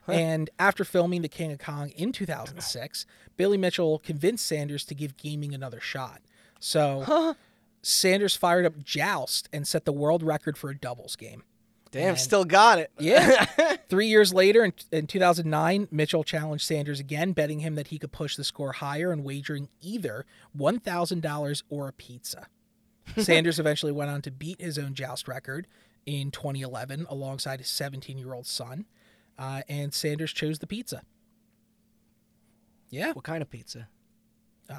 Speaker 2: And after filming The King of Kong in 2006, Billy Mitchell convinced Sanders to give gaming another shot. So Sanders fired up Joust and set the world record for a doubles game.
Speaker 1: Damn, still got it.
Speaker 2: Yeah. Three years later, in, in 2009, Mitchell challenged Sanders again, betting him that he could push the score higher and wagering either $1,000 or a pizza. Sanders eventually went on to beat his own joust record in 2011 alongside his 17 year old son. Uh, and Sanders chose the pizza. Yeah.
Speaker 1: What kind of pizza?
Speaker 2: Oh,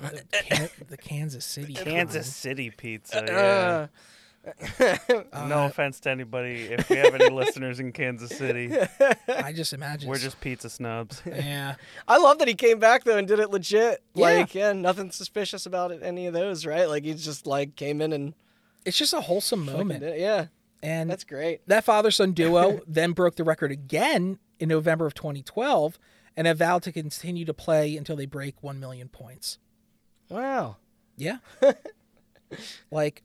Speaker 2: the,
Speaker 1: uh,
Speaker 2: Can- the Kansas City.
Speaker 3: Kansas
Speaker 2: kind.
Speaker 3: City pizza. Yeah. no
Speaker 2: Uh,
Speaker 3: offense to anybody. If we have any listeners in Kansas City,
Speaker 2: I just imagine.
Speaker 3: we're just pizza snobs.
Speaker 2: Yeah.
Speaker 1: I love that he came back though and did it legit.
Speaker 2: Yeah.
Speaker 1: Like, yeah, nothing suspicious about it, any of those, right? Like he just like came in and
Speaker 2: It's just a wholesome
Speaker 1: fucking
Speaker 2: moment.
Speaker 1: did it. Yeah,
Speaker 2: And
Speaker 1: that's great.
Speaker 2: That father son duo then broke the record again in November of 2012 and have vowed to continue to play until they break 1 million points.
Speaker 1: Wow.
Speaker 2: Yeah. like,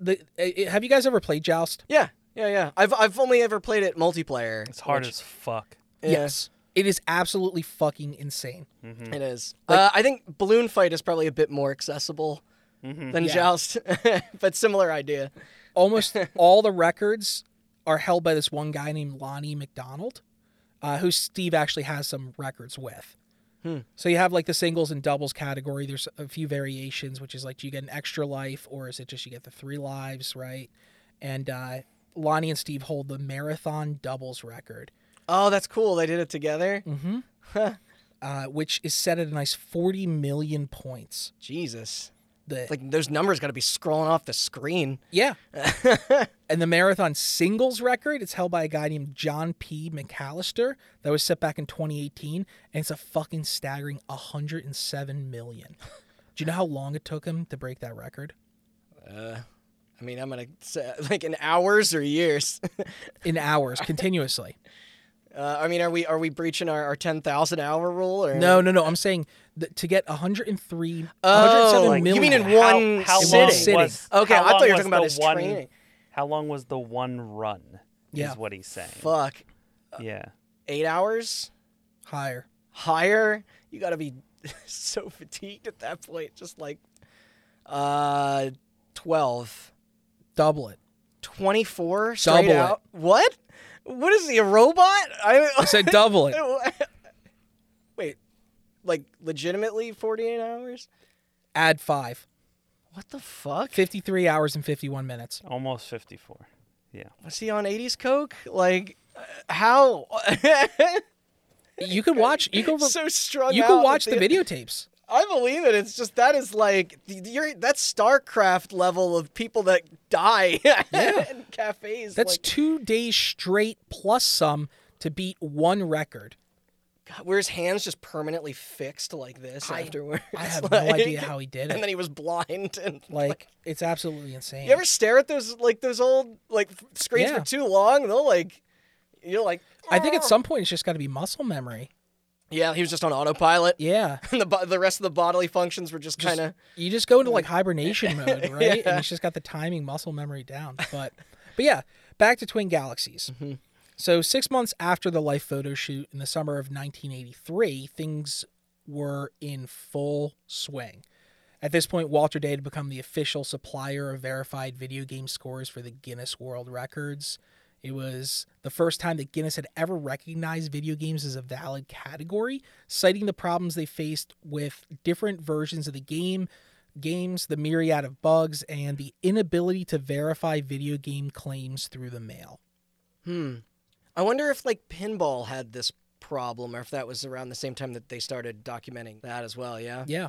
Speaker 2: the eh, eh, have you guys ever played Joust?
Speaker 1: Yeah, yeah, yeah. I've I've only ever played it multiplayer.
Speaker 3: It's hard as fuck.
Speaker 1: Yeah,
Speaker 2: Yes. It is absolutely fucking insane.
Speaker 1: It is. uh, I think Balloon Fight is probably a bit more accessible than
Speaker 2: Yeah.
Speaker 1: Joust, but similar idea.
Speaker 2: Almost all the records are held by this one guy named Lonnie McDonald, uh, who Steve actually has some records with. So you have like the singles and doubles category. There's a few variations, which is like, do you get an extra life or is it just you get the three lives, right? And uh, Lonnie and Steve hold the marathon doubles record.
Speaker 1: Oh, that's cool. They did it together.
Speaker 2: Mm-hmm.
Speaker 1: Huh.
Speaker 2: Uh, which is set at a nice 40 million points.
Speaker 1: Jesus.
Speaker 2: The,
Speaker 1: Like those numbers got to be scrolling off the screen.
Speaker 2: yeah. and the marathon singles record, it's held by a guy named John P. McAllister that was set back in 2018, and it's a fucking staggering 107 million. Do you know how long it took him to break that record?
Speaker 1: I mean, I'm gonna say, like in hours or years.
Speaker 2: In hours, continuously.
Speaker 1: Uh, I mean, are we are we breaching our, our ten thousand hour rule? Or
Speaker 2: No, no, no. I'm saying that to get 103,
Speaker 1: Oh,
Speaker 2: 107
Speaker 1: like, you
Speaker 2: million.
Speaker 1: mean in
Speaker 3: How-
Speaker 1: one
Speaker 3: how,
Speaker 1: sitting.
Speaker 3: Long
Speaker 2: Sitting.
Speaker 3: was,
Speaker 1: Okay,
Speaker 3: how
Speaker 1: I thought you were
Speaker 3: long
Speaker 1: talking about
Speaker 3: was
Speaker 1: his
Speaker 3: the one,
Speaker 1: training.
Speaker 3: How long was the one run?
Speaker 2: Yeah.
Speaker 3: Is what he's saying.
Speaker 1: Fuck,
Speaker 3: Yeah.
Speaker 1: eight hours
Speaker 2: higher?
Speaker 1: higher. You got to be so fatigued at that point. Just like, uh, 12,
Speaker 2: Double it.
Speaker 1: 24 straight
Speaker 2: Double it.
Speaker 1: out. What? What is he? A robot? I,
Speaker 2: I said double it.
Speaker 1: Wait, like legitimately forty eight hours?
Speaker 2: Add five.
Speaker 1: What the fuck?
Speaker 2: 53 hours and 51 minutes.
Speaker 3: Almost 54. Yeah.
Speaker 1: Was he on 80s coke? Like, uh, how?
Speaker 2: You could watch. You could.
Speaker 1: so strung
Speaker 2: you
Speaker 1: out.
Speaker 2: could
Speaker 1: with
Speaker 2: watch the videotapes.
Speaker 1: I believe it. It's just that is like you're that's StarCraft level of people that die in cafes.
Speaker 2: That's
Speaker 1: like,
Speaker 2: two days straight plus some to beat one record.
Speaker 1: God, were his hands just permanently fixed like this
Speaker 2: I-
Speaker 1: afterwards?
Speaker 2: I have no
Speaker 1: Like,
Speaker 2: idea how he did
Speaker 1: And
Speaker 2: it.
Speaker 1: then he was blind and
Speaker 2: Like it's absolutely insane.
Speaker 1: You ever stare at those like those old like f- screens
Speaker 2: Yeah.
Speaker 1: for too long? They'll like you're like "Ah."
Speaker 2: I think at some point it's just got to be muscle memory.
Speaker 1: yeah. He was just on autopilot,
Speaker 2: Yeah.
Speaker 1: and the bo- the rest of the bodily functions were just
Speaker 2: Just-
Speaker 1: kind of
Speaker 2: You just go into like hibernation mode, right?
Speaker 1: Yeah.
Speaker 2: And it's just got the timing muscle memory down. But but yeah, back to Twin Galaxies. So six months after the life photo shoot in the summer of 1983, things were in full swing. At this point, Walter Day had become the official supplier of verified video game scores for the Guinness World Records. It was the first time that Guinness had ever recognized video games as a valid category, citing the problems they faced with different versions of the game, games, the myriad of bugs, and the inability to verify video game claims through the mail.
Speaker 1: hmm. I wonder if like pinball had this problem, or if that was around the same time that they started documenting that as well. Yeah.
Speaker 2: Yeah.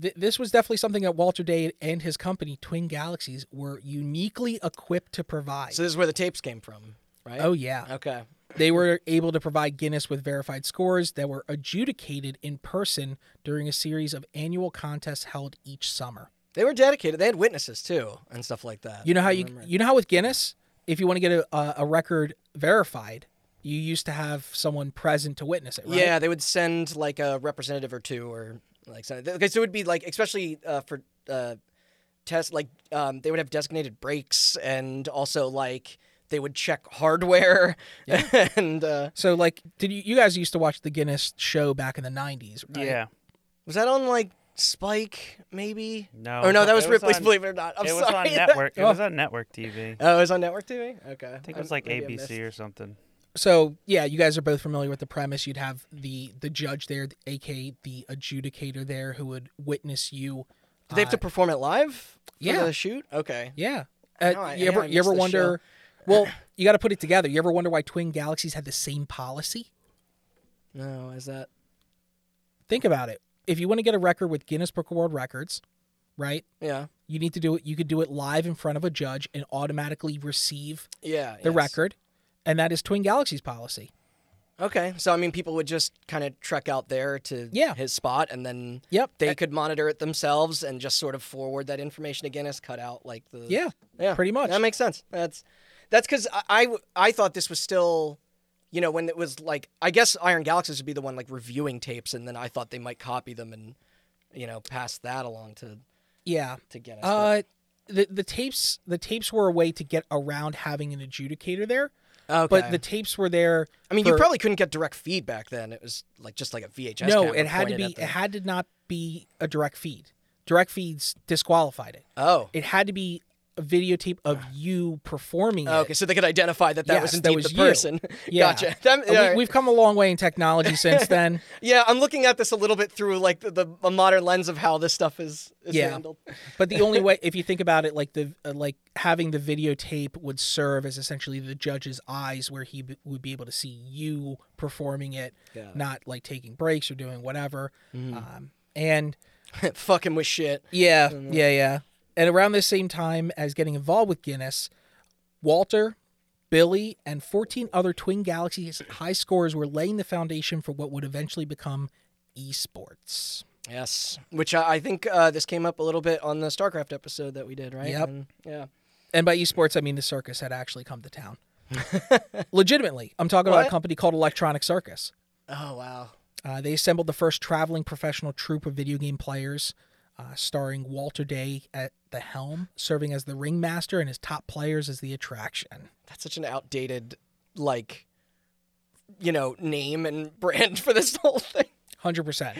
Speaker 2: Th- this was definitely something that Walter Day and his company, Twin Galaxies, were uniquely equipped to provide.
Speaker 1: So this is where the tapes came from, right?
Speaker 2: oh, yeah.
Speaker 1: Okay.
Speaker 2: They were able to provide Guinness with verified scores that were adjudicated in person during a series of annual contests held each summer.
Speaker 1: They were dedicated. They had witnesses too, and stuff like that.
Speaker 2: You know how
Speaker 1: I
Speaker 2: you
Speaker 1: remember.
Speaker 2: you know how with Guinness, if you want to get a, a, a record verified, you used to have someone present to witness it, right?
Speaker 1: Yeah, they would send like a representative or two, or like something. Okay, so it would be like, especially uh, for uh, test, like um, they would have designated breaks, and also like they would check hardware, and uh,
Speaker 2: So like, did you you guys used to watch the Guinness show back in the '90s? Right?
Speaker 3: Yeah.
Speaker 1: was that on like Spike maybe?
Speaker 3: No.
Speaker 1: Oh no, that was
Speaker 3: it
Speaker 1: Ripley's.
Speaker 3: on-
Speaker 1: believe it or not, I'm
Speaker 3: it was
Speaker 1: sorry.
Speaker 3: on network. It
Speaker 2: Oh.
Speaker 3: was on network TV. I
Speaker 1: Oh, it was on network TV. Okay, I
Speaker 3: think it was like
Speaker 1: maybe I
Speaker 3: ABC
Speaker 1: missed.
Speaker 3: or something.
Speaker 2: So yeah, you guys are both familiar with the premise. You'd have the the judge there, the- aka the adjudicator there, who would witness you.
Speaker 1: Did they have
Speaker 2: uh,
Speaker 1: to perform it live?
Speaker 2: yeah.
Speaker 1: for the shoot. Okay.
Speaker 2: Yeah. Uh,
Speaker 1: No, I-
Speaker 2: you
Speaker 1: yeah,
Speaker 2: ever
Speaker 1: I
Speaker 2: you ever
Speaker 1: missed the
Speaker 2: wonder? Well, you got to put it together. You ever wonder why Twin Galaxies had the same policy?
Speaker 1: No, is that
Speaker 2: Think about it. If you want to get a record with Guinness Book of World Records, right?
Speaker 1: yeah?
Speaker 2: You need to do it. You could do it live in front of a judge and automatically receive
Speaker 1: Yeah.
Speaker 2: the
Speaker 1: yes.
Speaker 2: record, and that is Twin Galaxies policy.
Speaker 1: Okay. So I mean people would just kind of trek out there to
Speaker 2: Yeah.
Speaker 1: his spot and then
Speaker 2: Yep.
Speaker 1: they
Speaker 2: Uh,
Speaker 1: could monitor it themselves and just sort of forward that information to Guinness, cut out like the
Speaker 2: yeah.
Speaker 1: yeah
Speaker 2: pretty much.
Speaker 1: that makes sense. That's that's because I, I w- I thought this was still, you know, when it was like I guess Iron Galaxies would be the one like reviewing tapes and then I thought they might copy them and you know pass that along to
Speaker 2: Yeah.
Speaker 1: to Guinness. but-
Speaker 2: Uh, the the tapes the tapes were a way to get around having an adjudicator there,
Speaker 1: okay.
Speaker 2: Uh, but the tapes were there.
Speaker 1: I mean, you
Speaker 2: for-
Speaker 1: probably couldn't get direct feedback then. It was like just like a VHS.
Speaker 2: no,
Speaker 1: camera
Speaker 2: it had to
Speaker 1: pointed
Speaker 2: be
Speaker 1: at the-
Speaker 2: it had to not be a direct feed. Direct feeds disqualified it.
Speaker 1: oh,
Speaker 2: It had to be a videotape of you performing
Speaker 1: Ah. Okay,
Speaker 2: it.
Speaker 1: so they could identify that that was
Speaker 2: Yes,
Speaker 1: indeed
Speaker 2: that was
Speaker 1: the
Speaker 2: you.
Speaker 1: person.
Speaker 2: Yeah.
Speaker 1: Gotcha. That-
Speaker 2: Uh, we,
Speaker 1: alright.
Speaker 2: We've come a long way in technology since then.
Speaker 1: Yeah, I'm looking at this a little bit through like the, the a modern lens of how this stuff is, is
Speaker 2: Yeah.
Speaker 1: handled.
Speaker 2: But the only way, if you think about it, like the uh, like having the videotape would serve as essentially the judge's eyes, where he b- would be able to see you performing it,
Speaker 1: Got it.
Speaker 2: not like taking breaks or doing whatever. Um, and
Speaker 1: Fuck him with shit.
Speaker 2: yeah, yeah, yeah. And around the same time as getting involved with Guinness, Walter, Billy, and 14 other Twin Galaxies high scorers were laying the foundation for what would eventually become esports.
Speaker 1: Yes, which I, I think uh, this came up a little bit on the StarCraft episode that we did, right?
Speaker 2: Yep.
Speaker 1: And- yeah.
Speaker 2: And by esports, I mean the circus had actually come to town. Legitimately, I'm talking about a
Speaker 1: What?
Speaker 2: company called Electronic Circus.
Speaker 1: Oh wow.
Speaker 2: Uh, they assembled the first traveling professional troupe of video game players, uh, starring Walter Day at the helm, serving as the ringmaster, and his top players as the attraction.
Speaker 1: That's such an outdated like you know, name and brand for this whole thing.
Speaker 2: Hundred percent.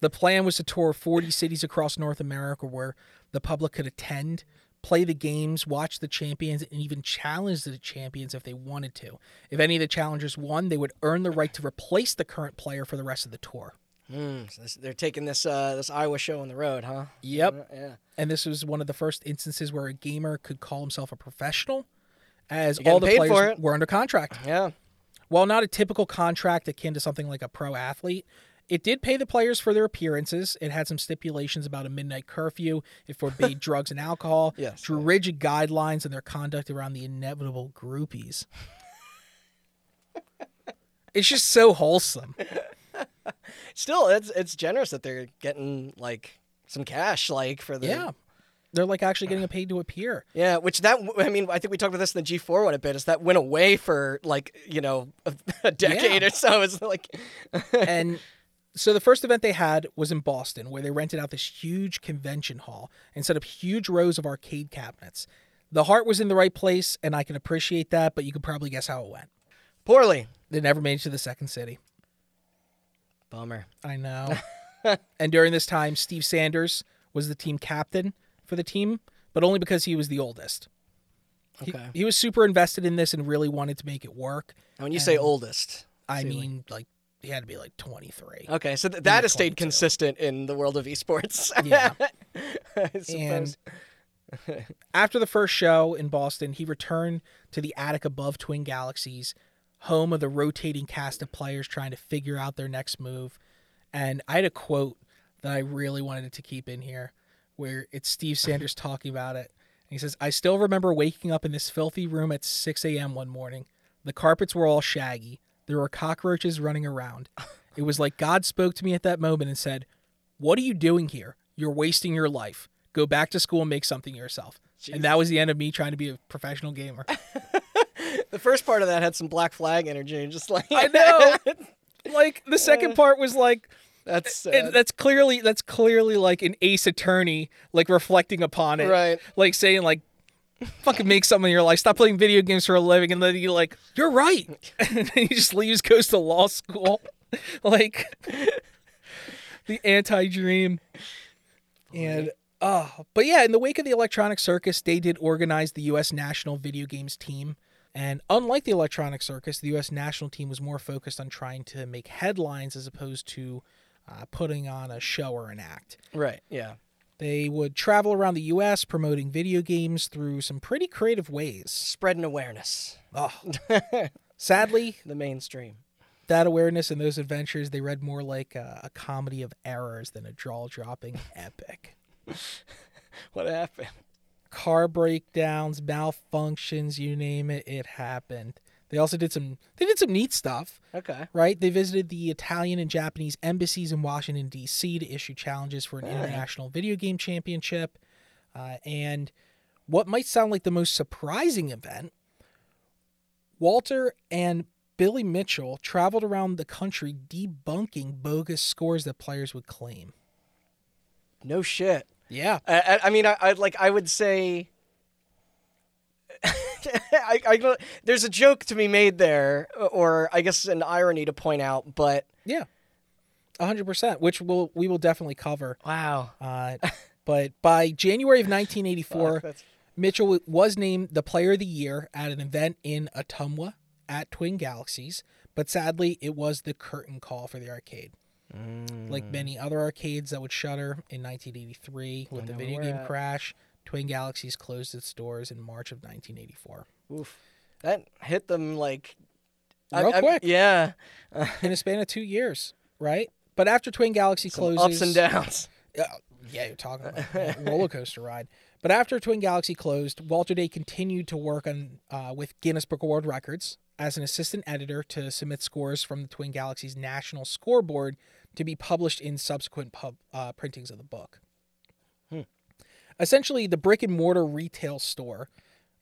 Speaker 2: The plan was to tour 40 cities across North America where the public could attend, play the games, watch the champions, and even challenge the champions if they wanted to. If any of the challengers won, they would earn the right to replace the current player for the rest of the tour.
Speaker 1: Mm, so this, they're taking this uh, this Iowa show on the road, huh? Uh,
Speaker 2: Yep.
Speaker 1: Yeah.
Speaker 2: And this was one of the first instances where a gamer could call himself a professional, as
Speaker 1: getting
Speaker 2: all the
Speaker 1: paid for
Speaker 2: players
Speaker 1: it.
Speaker 2: were under contract.
Speaker 1: Yeah.
Speaker 2: While not a typical contract akin to something like a pro athlete, it did pay the players for their appearances. It had some stipulations about a midnight curfew. It forbade drugs and alcohol.
Speaker 1: Yes.
Speaker 2: Drew rigid guidelines in their conduct around the inevitable groupies. it's just so wholesome.
Speaker 1: Still, it's it's generous that they're getting like some cash like for the
Speaker 2: Yeah. They're like actually getting paid to appear.
Speaker 1: Yeah, which that I mean, I think we talked about this in the G four one a bit. Is that went away for like you know a, a decade
Speaker 2: Yeah.
Speaker 1: or so? It's like
Speaker 2: and so the first event they had was in Boston, where they rented out this huge convention hall and set up huge rows of arcade cabinets. The heart was in the right place, and I can appreciate that, but you could probably guess how it went.
Speaker 1: poorly.
Speaker 2: They never made it to the second city.
Speaker 1: Bummer.
Speaker 2: I know. and during this time, Steve Sanders was the team captain for the team, but only because he was the oldest. He-
Speaker 1: Okay.
Speaker 2: He, was super invested in this and really wanted to make it work.
Speaker 1: And when you say oldest,
Speaker 2: I
Speaker 1: Silly.
Speaker 2: mean, like, he had to be like 23.
Speaker 1: okay, so th- that has stayed
Speaker 2: 22.
Speaker 1: consistent in the world of esports.
Speaker 2: Yeah.
Speaker 1: I suppose.
Speaker 2: And after the first show in Boston, he returned to the attic above Twin Galaxies, home of the rotating cast of players trying to figure out their next move. And I had a quote that I really wanted to keep in here where it's Steve Sanders talking about it. And he says, I still remember waking up in this filthy room at 6 a.m. one morning. The carpets were all shaggy, there were cockroaches running around. It was like God spoke to me at that moment and said, What are you doing here? You're wasting your life. Go back to school and make something of yourself. And that was the end of me trying to be a professional gamer.
Speaker 1: the first part of that had some black flag energy, just like
Speaker 2: I know. Uh, like the second part was like
Speaker 1: that's uh,
Speaker 2: it-
Speaker 1: sad.
Speaker 2: that's clearly that's clearly like an ace attorney like reflecting upon it.
Speaker 1: Right.
Speaker 2: Like saying like fucking make something of your life. Stop playing video games for a living and then you like, you're right. and then he just leaves, goes to law school. like the anti dream. And oh, but yeah, in the wake of the Electronic Circus, they did organize the U.S. national video games team. And unlike the Electronic Circus, the U.S. national team was more focused on trying to make headlines as opposed to uh, putting on a show or an act.
Speaker 1: right. Yeah.
Speaker 2: They would travel around the U.S. promoting video games through some pretty creative ways.
Speaker 1: Spreading awareness,
Speaker 2: Oh. Sadly,
Speaker 1: the mainstream.
Speaker 2: that awareness and those adventures, they read more like a, a comedy of errors than a jaw dropping epic.
Speaker 1: What happened?
Speaker 2: car breakdowns, malfunctions, you name it, it happened. They also did some they did some neat stuff,
Speaker 1: Okay.
Speaker 2: right? They visited the Italian and Japanese embassies in Washington D.C. to issue challenges for an
Speaker 1: Alright.
Speaker 2: international video game championship. Uh, and what might sound like the most surprising event, Walter and Billy Mitchell traveled around the country debunking bogus scores that players would claim.
Speaker 1: No shit.
Speaker 2: Yeah.
Speaker 1: I, I, I mean, I, I like. I would say. I, I don't- there's a joke to be made there, or I guess an irony to point out, but
Speaker 2: Yeah. 100%, which we'll, we will definitely cover.
Speaker 1: wow,
Speaker 2: Uh, but by January of 1984,
Speaker 1: that's
Speaker 2: Mitchell w- was named the Player of the Year at an event in Ottumwa at Twin Galaxies, but sadly, it was the curtain call for the arcade.
Speaker 1: Mm.
Speaker 2: Like many other arcades that would shutter in 1983 with the
Speaker 1: Wonder
Speaker 2: video
Speaker 1: where
Speaker 2: game
Speaker 1: at.
Speaker 2: crash, Twin Galaxies closed its doors in March of 1984.
Speaker 1: Oof. That hit them like I-
Speaker 2: Real
Speaker 1: I-
Speaker 2: quick.
Speaker 1: yeah.
Speaker 2: in a span of two years, right? But after Twin Galaxy
Speaker 1: Some
Speaker 2: closes,
Speaker 1: ups and downs.
Speaker 2: Uh, yeah, you're talking about a roller coaster ride. But after Twin Galaxy closed, Walter Day continued to work on uh, with Guinness Book of World Records as an assistant editor to submit scores from the Twin Galaxies National Scoreboard to be published in subsequent pub, uh, printings of the book. Essentially, the brick and mortar retail store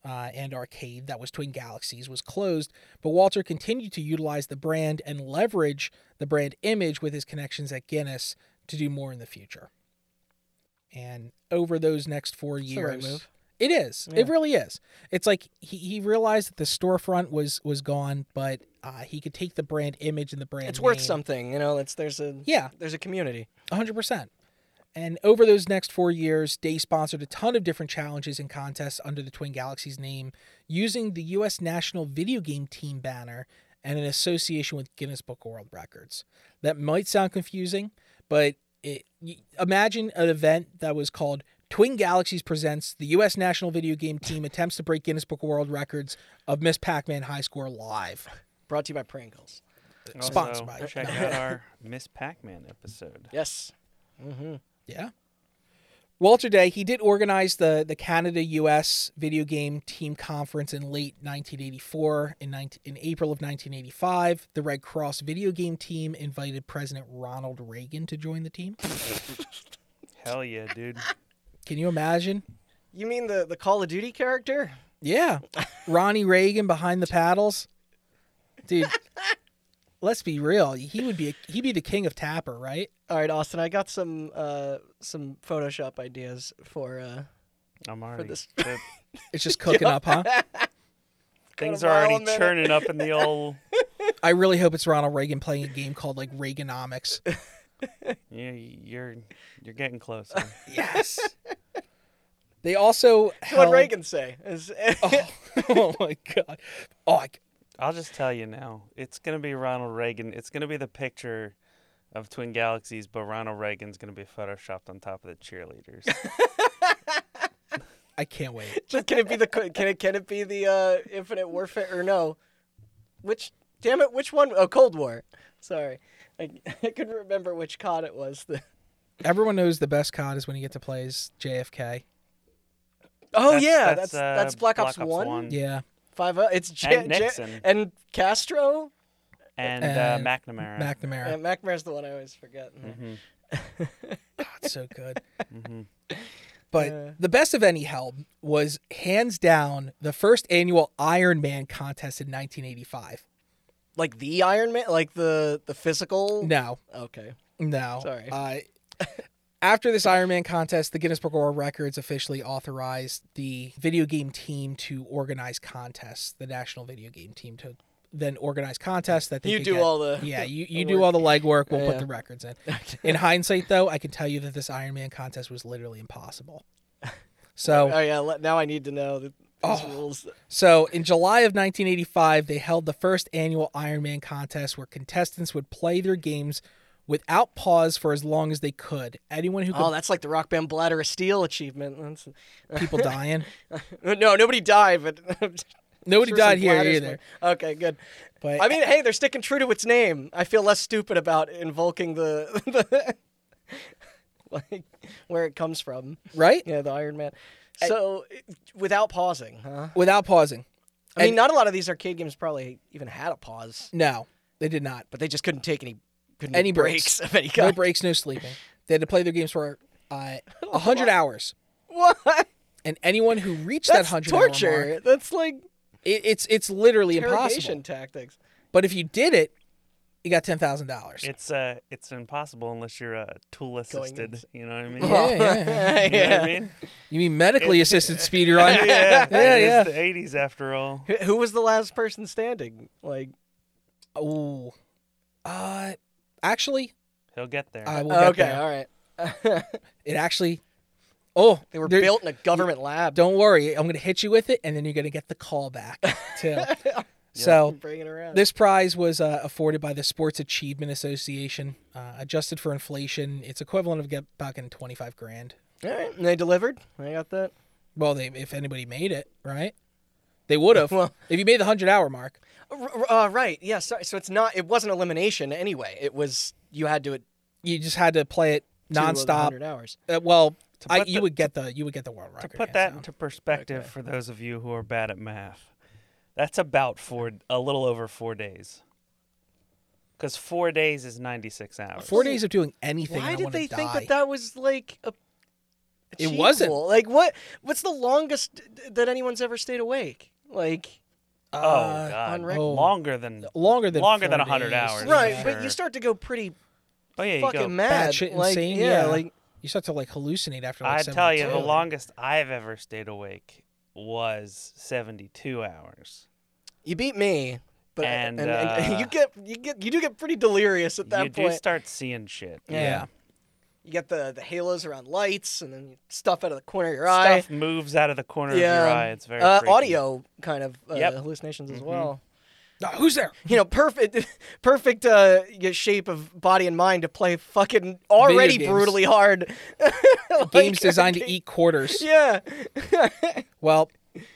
Speaker 2: uh, and arcade that was Twin Galaxies was closed, but Walter continued to utilize the brand and leverage the brand image with his connections at Guinness to do more in the future. And over those next four
Speaker 1: the right
Speaker 2: years,
Speaker 1: move.
Speaker 2: it is. It really is. It's like he, he realized that the storefront was was gone, but uh, he could take the brand image and the brand.
Speaker 1: It's worth
Speaker 2: name.
Speaker 1: something, you know. It's there's a
Speaker 2: Yeah.
Speaker 1: there's a community.
Speaker 2: 100%. And over those next four years, Day sponsored a ton of different challenges and contests under the Twin Galaxies name using the U.S. National Video Game Team banner and an association with Guinness Book of World Records. That might sound confusing, but it, y- imagine an event that was called Twin Galaxies Presents the U.S. National Video Game Team Attempts to Break Guinness Book of World Records of Miss Pac Man High Score Live.
Speaker 1: Brought to you by Pringles.
Speaker 3: Also,
Speaker 2: Sponsored by-
Speaker 3: check out our Miss Pac-Man episode.
Speaker 1: Yes.
Speaker 2: Yeah. Walter Day, he did organize the, the Canada US video game team conference in late 1984. In, 19, in April of 1985, the Red Cross video game team invited President Ronald Reagan to join the team.
Speaker 3: Hell yeah, dude.
Speaker 2: Can you imagine?
Speaker 1: You mean the the Call of Duty character?
Speaker 2: Yeah. Ronnie Reagan behind the paddles. Dude, let's be real. He would be he'd be the king of Tapper, right?
Speaker 1: All right, Austin. I got some uh some Photoshop ideas for uh
Speaker 3: I'm already.
Speaker 1: this-
Speaker 3: the-
Speaker 2: It's just cooking up, huh?
Speaker 3: things
Speaker 1: a
Speaker 3: are
Speaker 1: mile a
Speaker 3: already
Speaker 1: minute.
Speaker 3: churning up in the old.
Speaker 2: I really hope it's Ronald Reagan playing a game called like Reaganomics.
Speaker 3: You, you're you're getting closer.
Speaker 2: Yes. they also
Speaker 1: what
Speaker 2: held...
Speaker 1: Reagan say. Is,
Speaker 2: Oh, oh my god. Oh, I...
Speaker 3: I'll just tell you now. It's gonna be Ronald Reagan. It's gonna be the picture of Twin Galaxies, but Ronald Reagan's gonna be photoshopped on top of the cheerleaders.
Speaker 2: I can't wait.
Speaker 1: Just- can it be the can it can it be the uh, Infinite Warfare or no? Which damn it, which one? Oh, Cold War. Sorry, I, I couldn't remember which COD it was. The,
Speaker 2: Everyone knows the best COD is when you get to play as JFK.
Speaker 1: oh
Speaker 3: That's-
Speaker 1: yeah, that's
Speaker 3: that's,
Speaker 1: that's,
Speaker 3: uh,
Speaker 1: Black Ops,
Speaker 3: Black Ops
Speaker 1: One.
Speaker 3: One.
Speaker 2: Yeah.
Speaker 1: Five. Uh, it's J-
Speaker 3: And
Speaker 1: J-
Speaker 3: Nixon.
Speaker 1: and Castro.
Speaker 3: And
Speaker 2: And
Speaker 3: uh, McNamara.
Speaker 1: Yeah,
Speaker 2: McNamara.
Speaker 1: McNamara's the one I always forget.
Speaker 3: Mm-hmm.
Speaker 2: That's so good. But the best event he held was hands down the first annual Iron Man contest in 1985.
Speaker 1: Like the Iron Man, like the the physical.
Speaker 2: No,
Speaker 1: Okay.
Speaker 2: no.
Speaker 1: Sorry.
Speaker 2: Uh, after this Iron Man contest, the Guinness Book of World Records officially authorized the video game team to organize contests. The national video game team to then organize contests that they
Speaker 1: You
Speaker 2: could
Speaker 1: do
Speaker 2: get-
Speaker 1: all the-
Speaker 2: yeah you, you
Speaker 1: the
Speaker 2: do all the legwork. We'll put
Speaker 1: Yeah.
Speaker 2: the records in. In hindsight, though, I can tell you that this Iron Man contest was literally impossible. So
Speaker 1: Oh yeah. le- Now I need to know the, these
Speaker 2: Oh.
Speaker 1: rules.
Speaker 2: so, in July of 1985, they held the first annual Iron Man contest where contestants would play their games without pause for as long as they could. Anyone who could,
Speaker 1: Oh, that's like the Rock Band Bladder of Steel achievement. That's,
Speaker 2: people dying.
Speaker 1: no, nobody died, but
Speaker 2: Nobody
Speaker 1: Sure some
Speaker 2: died here
Speaker 1: bladders
Speaker 2: either.
Speaker 1: were- Okay, good.
Speaker 2: But
Speaker 1: I mean, hey, they're sticking true to its name. I feel less stupid about invoking the, the like where it comes from.
Speaker 2: right?
Speaker 1: Yeah, the Iron Man. So without pausing, huh?
Speaker 2: Without pausing.
Speaker 1: I mean, not a lot of these arcade games probably even had a pause,
Speaker 2: No, they did not.
Speaker 1: but they just couldn't take any couldn't
Speaker 2: Any
Speaker 1: take breaks. of any
Speaker 2: No
Speaker 1: kind.
Speaker 2: breaks, no sleeping. They had to play their games for uh, 100 hours.
Speaker 1: what?
Speaker 2: And anyone who reached
Speaker 1: That's
Speaker 2: that 100 hour
Speaker 1: torture.
Speaker 2: mark,
Speaker 1: That's like
Speaker 2: it, it's, it's literally
Speaker 1: interrogation
Speaker 2: impossible.
Speaker 1: tactics.
Speaker 2: But if you did it, you got $10,000.
Speaker 3: It's uh, it's impossible unless you're uh, tool assisted. You know what I mean?
Speaker 2: yeah, yeah, yeah.
Speaker 3: You know what I mean?
Speaker 2: You mean medically assisted speedrun?
Speaker 3: Yeah,
Speaker 2: yeah,
Speaker 3: it is
Speaker 2: yeah.
Speaker 3: the '80s after all.
Speaker 1: Who- Who was the last person standing? Like,
Speaker 2: Oh, uh, actually,
Speaker 3: He'll get there.
Speaker 2: I will get
Speaker 1: okay,
Speaker 2: there.
Speaker 1: all right.
Speaker 2: It actually, Oh,
Speaker 1: They were
Speaker 2: there-
Speaker 1: built in a government lab.
Speaker 2: Don't worry, I'm going to hit you with it, and then you're going to get the call back too. So
Speaker 1: bring it around.
Speaker 2: This prize was uh, afforded by the Sports Achievement Association. Uh, adjusted for inflation, it's equivalent of get back in twenty five grand.
Speaker 1: All right, and they delivered. I got that.
Speaker 2: Well, they if anybody made it, right? They would have.
Speaker 1: Well-
Speaker 2: if you made the hundred hour mark,
Speaker 1: R- r- uh, right. Yeah. Sorry. So it's not. It wasn't elimination anyway. It was you had to at
Speaker 2: you just had to play it nonstop.
Speaker 1: Hundred hours.
Speaker 2: Uh, well, I,
Speaker 3: put
Speaker 2: you
Speaker 3: the-
Speaker 2: would get the you would get the world
Speaker 3: To
Speaker 2: record.
Speaker 3: put
Speaker 2: yeah,
Speaker 3: that
Speaker 2: so.
Speaker 3: into perspective for those of you who are bad at math, that's about four, a little over four days. Because four days is 96 hours. Oh,
Speaker 2: four days of doing anything.
Speaker 1: Why
Speaker 2: I
Speaker 1: did
Speaker 2: wanna
Speaker 1: they think
Speaker 2: die.
Speaker 1: that that was like a?
Speaker 2: It wasn't.
Speaker 1: achievable? Like what? What's the longest th- that anyone's ever stayed awake? Like
Speaker 3: oh,
Speaker 2: uh,
Speaker 3: God.
Speaker 1: on rec-
Speaker 2: oh.
Speaker 3: Longer than.
Speaker 2: longer than
Speaker 3: Longer than
Speaker 2: four
Speaker 3: 100
Speaker 2: days.
Speaker 3: hours. For
Speaker 1: right,
Speaker 3: sure.
Speaker 1: but you start to go pretty
Speaker 3: Oh, yeah, you
Speaker 1: fucking
Speaker 3: go.
Speaker 1: mad.
Speaker 2: batshit
Speaker 1: like
Speaker 2: insane,
Speaker 1: yeah,
Speaker 2: yeah.
Speaker 1: like
Speaker 2: You start to like hallucinate after. Like
Speaker 3: I tell you, the
Speaker 2: 72.
Speaker 3: longest I've ever stayed awake was 72 hours.
Speaker 1: you beat me. But
Speaker 3: And,
Speaker 1: and, and
Speaker 3: uh,
Speaker 1: you get you get you do get pretty delirious at that
Speaker 3: you
Speaker 1: point.
Speaker 3: do start seeing shit.
Speaker 2: Yeah.
Speaker 1: you get the the halos around lights, and then stuff out of the corner of your eye.
Speaker 3: Stuff moves out of the corner of your eye. It's very
Speaker 1: uh,
Speaker 3: freaky.
Speaker 1: audio kind of uh,
Speaker 3: Yep. Mm-hmm.
Speaker 1: hallucinations as well.
Speaker 2: Ah, who's there?
Speaker 1: You know, perfect, perfect uh, y- shape of body and mind to play fucking already
Speaker 2: games.
Speaker 1: brutally hard like,
Speaker 2: Games designed to
Speaker 1: game-
Speaker 2: eat quarters.
Speaker 1: Yeah,
Speaker 2: Well,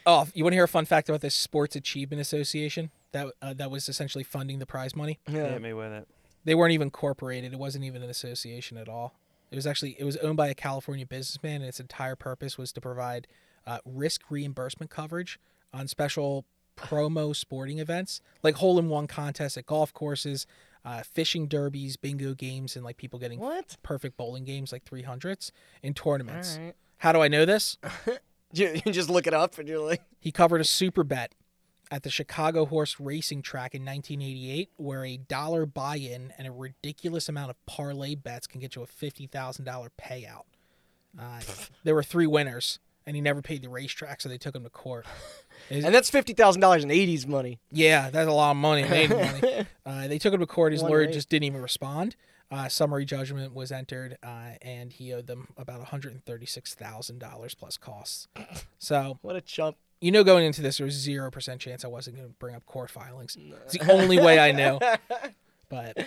Speaker 2: oh, you want to hear a fun fact about this Sports Achievement Association that uh, that was essentially funding the prize money?
Speaker 1: yeah.
Speaker 3: Hit me with it.
Speaker 2: They weren't even incorporated. It wasn't even an association at all. It was actually it was owned by a California businessman, and its entire purpose was to provide uh, risk reimbursement coverage on special promo sporting events, like hole-in-one contests at golf courses, uh, fishing derbies, bingo games, and like people getting
Speaker 1: What?
Speaker 2: perfect bowling games, like three hundreds in tournaments.
Speaker 1: Alright.
Speaker 2: How do I know this?
Speaker 1: You, you just look it up and you're like,
Speaker 2: He covered a super bet at the Chicago horse racing track in 1988, where a dollar buy in and a ridiculous amount of parlay bets can get you a $50,000 payout. Uh, there were three winners, and he never paid the racetrack, so they took him to court. Is-
Speaker 1: and that's fifty thousand dollars in '80s money.
Speaker 2: yeah, that's a lot of money. They, didn't really- uh, they took him to court. His
Speaker 1: One
Speaker 2: lawyer
Speaker 1: rate.
Speaker 2: just didn't even respond. Uh, summary judgment was entered, uh, and he owed them about $136,000 plus costs. So
Speaker 1: What a chump!
Speaker 2: you know going into this there was zero percent chance I wasn't gonna bring up court filings. It's the only way I know. But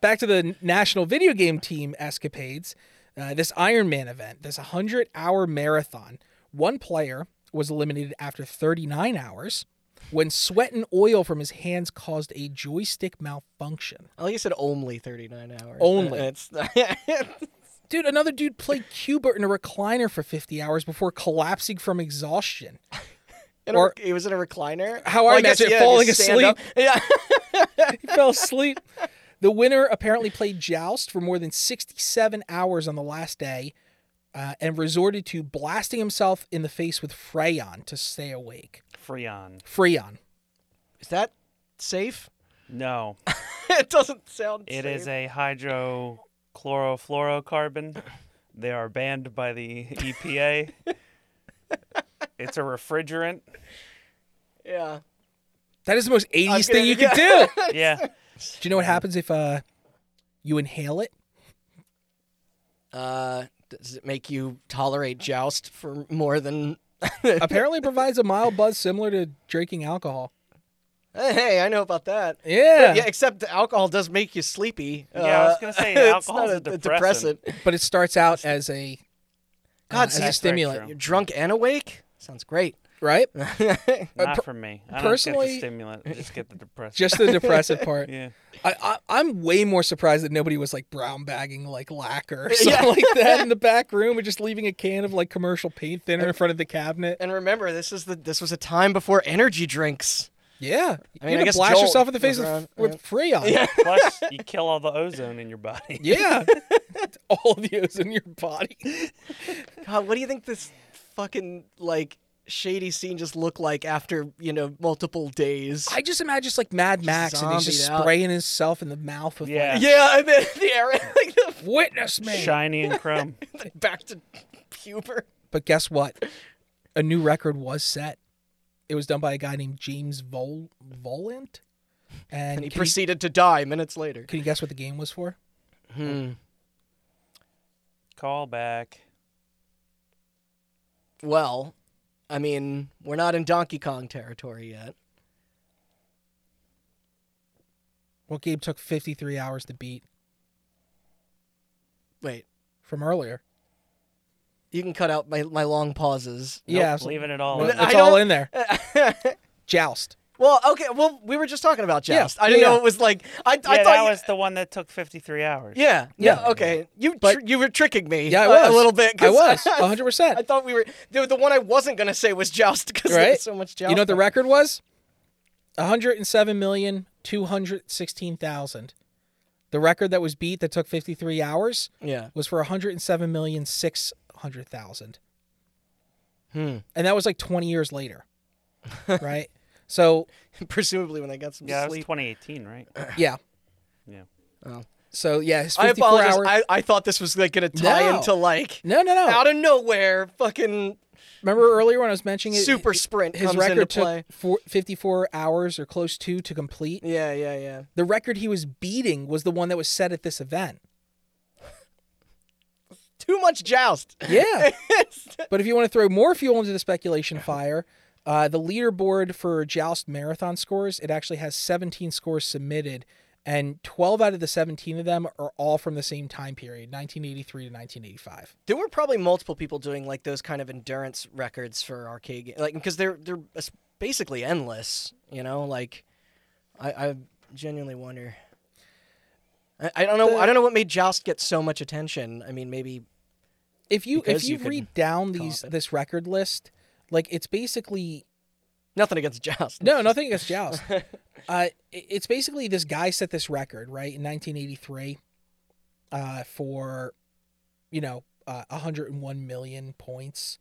Speaker 2: back to the national video game team escapades. Uh, this Ironman event, this 100 hour marathon, one player was eliminated after 39 hours when sweat and oil from his hands caused a joystick malfunction.
Speaker 1: I like you said, only thirty-nine hours.
Speaker 2: Only.
Speaker 1: It's
Speaker 2: Dude, another dude played Cubert in a recliner for 50 hours before collapsing from exhaustion.
Speaker 1: in a
Speaker 2: Or-
Speaker 1: rec- he was in a recliner.
Speaker 2: How I
Speaker 1: Well,
Speaker 2: imagine
Speaker 1: guess, yeah,
Speaker 2: falling
Speaker 1: just stand up. Yeah.
Speaker 2: he fell asleep. The winner apparently played Joust for more than 67 hours on the last day uh, and resorted to blasting himself in the face with Freon to stay awake.
Speaker 3: Freon.
Speaker 2: Freon.
Speaker 1: Is that safe?
Speaker 3: No,
Speaker 1: it doesn't sound.
Speaker 3: it
Speaker 1: safe.
Speaker 3: is a hydrochlorofluorocarbon. They are banned by the EPA. it's a refrigerant.
Speaker 1: Yeah.
Speaker 2: That is the most 80s
Speaker 1: I'm
Speaker 2: thing
Speaker 1: gonna-
Speaker 2: you could
Speaker 1: yeah.
Speaker 2: do.
Speaker 3: Yeah.
Speaker 2: Do you know what happens if uh, you inhale it?
Speaker 1: Uh, does it make you tolerate joust for more than?
Speaker 2: Apparently it provides a mild buzz similar to drinking alcohol.
Speaker 1: hey, I know about that.
Speaker 2: Yeah.
Speaker 1: Yeah, except alcohol does make you sleepy.
Speaker 3: Yeah, I was
Speaker 1: Uh,
Speaker 3: gonna say,
Speaker 1: it's
Speaker 3: alcohol's
Speaker 1: not
Speaker 3: a depressant.
Speaker 2: But it starts out as a
Speaker 1: God,
Speaker 2: God, as a
Speaker 1: that's
Speaker 3: very
Speaker 2: stimulant,
Speaker 3: true.
Speaker 1: You're drunk and awake. Sounds great.
Speaker 2: right?
Speaker 1: Uh,
Speaker 3: Not for me. I don't get
Speaker 2: personally-
Speaker 3: the stimulant. I just get the depressant.
Speaker 2: Just the depressive part.
Speaker 3: yeah.
Speaker 2: I, I I'm way more surprised that nobody was like brown bagging like lacquer or something like that in the back room and just leaving a can of like commercial paint thinner in front of the cabinet.
Speaker 1: And remember, this is the this was a time before energy drinks.
Speaker 2: Yeah,
Speaker 1: I mean,
Speaker 2: you
Speaker 1: I guess
Speaker 2: blast
Speaker 1: Joel
Speaker 2: yourself in the face
Speaker 1: was
Speaker 2: with,
Speaker 1: around,
Speaker 2: with Freon. Yeah,
Speaker 3: Plus, you kill all the ozone in your body.
Speaker 2: all of those in your body.
Speaker 1: God, what do you think this fucking like shady scene just looked like after you know multiple days?
Speaker 2: I just imagine just like Mad Max and he's just
Speaker 1: zombied out.
Speaker 2: spraying himself in the mouth with
Speaker 3: Yeah.
Speaker 1: yeah, and then the air like the
Speaker 2: like witness man.
Speaker 3: Shiny and chrome.
Speaker 1: back to puber.
Speaker 2: But guess what? A new record was set. It was done by a guy named James Vol Volant, and,
Speaker 1: And he
Speaker 2: can, you,
Speaker 1: proceeded to die minutes later.
Speaker 2: can you guess what the
Speaker 3: Hmm.
Speaker 2: game was for?
Speaker 3: Call back.
Speaker 1: Well, I mean, we're not in Donkey Kong territory yet.
Speaker 2: What game took 53 hours to beat
Speaker 1: Wait,
Speaker 2: from earlier?
Speaker 1: you can cut out my, my long pauses.
Speaker 3: Nope,
Speaker 2: yeah, so-
Speaker 3: leaving it all.
Speaker 2: Well,
Speaker 3: in.
Speaker 1: I
Speaker 2: it's all
Speaker 1: don't-
Speaker 2: in there. Joust.
Speaker 1: well, okay. Well, we were just talking about
Speaker 2: Yeah,
Speaker 1: Joust. I didn't
Speaker 2: yeah,
Speaker 1: know
Speaker 2: yeah.
Speaker 1: it was like I, I
Speaker 3: yeah,
Speaker 1: thought.
Speaker 3: that
Speaker 1: you-
Speaker 3: was the one that took 53 hours.
Speaker 1: yeah, yeah,
Speaker 2: Yeah.
Speaker 1: okay. You
Speaker 2: But-
Speaker 1: tr- you were tricking me.
Speaker 2: Yeah, I
Speaker 1: a-
Speaker 2: was
Speaker 1: a little bit.
Speaker 2: I
Speaker 1: 'cause
Speaker 2: was 100.
Speaker 1: I
Speaker 2: percent
Speaker 1: thought we were the, the one I wasn't gonna say was Joust because there
Speaker 2: Right?
Speaker 1: was so much Joust.
Speaker 2: You know what the
Speaker 1: on-
Speaker 2: record was? 107,216,000. The record that was beat that took 53 hours
Speaker 1: Yeah.
Speaker 2: was for 107,600,000.
Speaker 1: Hmm.
Speaker 2: And that was like 20 years later. right? So,
Speaker 1: Presumably when they got some
Speaker 3: Yeah, that was
Speaker 1: sleep.
Speaker 3: 2018, right?
Speaker 2: yeah.
Speaker 3: Yeah.
Speaker 2: So, yeah, his
Speaker 1: I
Speaker 2: 54
Speaker 1: apologize.
Speaker 2: hour-
Speaker 1: I, I thought this was like gonna tie
Speaker 2: No.
Speaker 1: into like
Speaker 2: no, no, no.
Speaker 1: out of nowhere, fucking
Speaker 2: Remember earlier when I was mentioning it?
Speaker 1: super sprint
Speaker 2: His
Speaker 1: comes into
Speaker 2: record
Speaker 1: play.
Speaker 2: took four, 54 hours or close to to complete.
Speaker 1: Yeah, yeah, yeah.
Speaker 2: The record he was beating was the one that was set at this event.
Speaker 1: Too much Joust.
Speaker 2: Yeah. but if you want to throw more fuel into the speculation fire, uh, the leaderboard for Joust marathon scores, it actually has 17 scores submitted, and 12 out of the 17 of them are all from the same time period, 1983 to 1985.
Speaker 1: There were probably multiple people doing like those kind of endurance records for arcade games, like because they're they're es- basically endless. You know, like I, I genuinely wonder. I, I don't know. I don't know what made Joust get so much attention. I mean, maybe
Speaker 2: If you
Speaker 1: Because
Speaker 2: if you,
Speaker 1: you could
Speaker 2: read down these
Speaker 1: cop it.
Speaker 2: this record list, like it's basically
Speaker 1: nothing against Joust.
Speaker 2: No, nothing against Joust. uh, i- it's basically this guy set this record right in 1983 uh, for, you know, uh, 101 million points,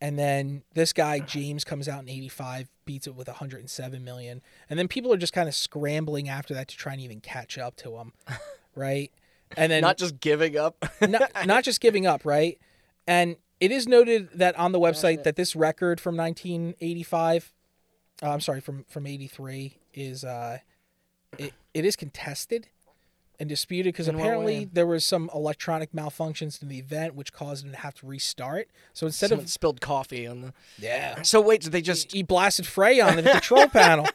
Speaker 2: and then this
Speaker 1: Mm-hmm.
Speaker 2: guy James comes out in 85, beats it with 107 million, and then people are just kind of scrambling after that to try and even catch up to him, right? And then
Speaker 1: Not just giving up.
Speaker 2: not, not just giving up, right? And it is noted that on the website that this record from 1985, uh, I'm sorry, from from 83 is uh, it, it is contested and disputed because
Speaker 1: In what way?
Speaker 2: apparently there was some electronic malfunctions in the event which caused him to have to restart. So instead
Speaker 1: Someone
Speaker 2: of
Speaker 1: spilled coffee on the.
Speaker 2: yeah,
Speaker 1: So wait, did they just?
Speaker 2: he blasted Frey on the control panel.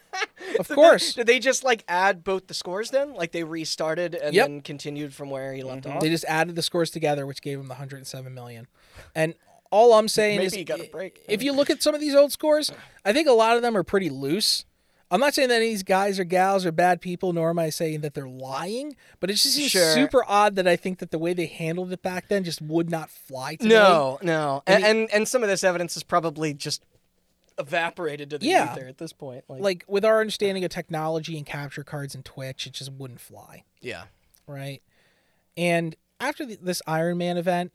Speaker 2: Of course,
Speaker 1: Did they just like add both the scores then? Like they restarted and
Speaker 2: Yep. Mm-hmm.
Speaker 1: then continued from where he left off.
Speaker 2: they just added the scores together, which gave him the 107 million. And all I'm saying
Speaker 1: Maybe
Speaker 2: is,
Speaker 1: you got a break.
Speaker 2: if you look at some of these old scores, I think a lot of them are pretty loose. I'm not saying that any of these guys or gals are bad people, nor am I saying that they're lying. But it just seems
Speaker 1: Sure.
Speaker 2: super odd that I think that the way they handled it back then just would not fly today.
Speaker 1: No, no,
Speaker 2: I
Speaker 1: and,
Speaker 2: mean-
Speaker 1: and and some of this evidence is probably just evaporated to the
Speaker 2: Yeah.
Speaker 1: ether at this point. Like,
Speaker 2: like with our understanding of technology and capture cards and Twitch, it just wouldn't fly.
Speaker 1: yeah,
Speaker 2: right? And after the, this Iron Man event,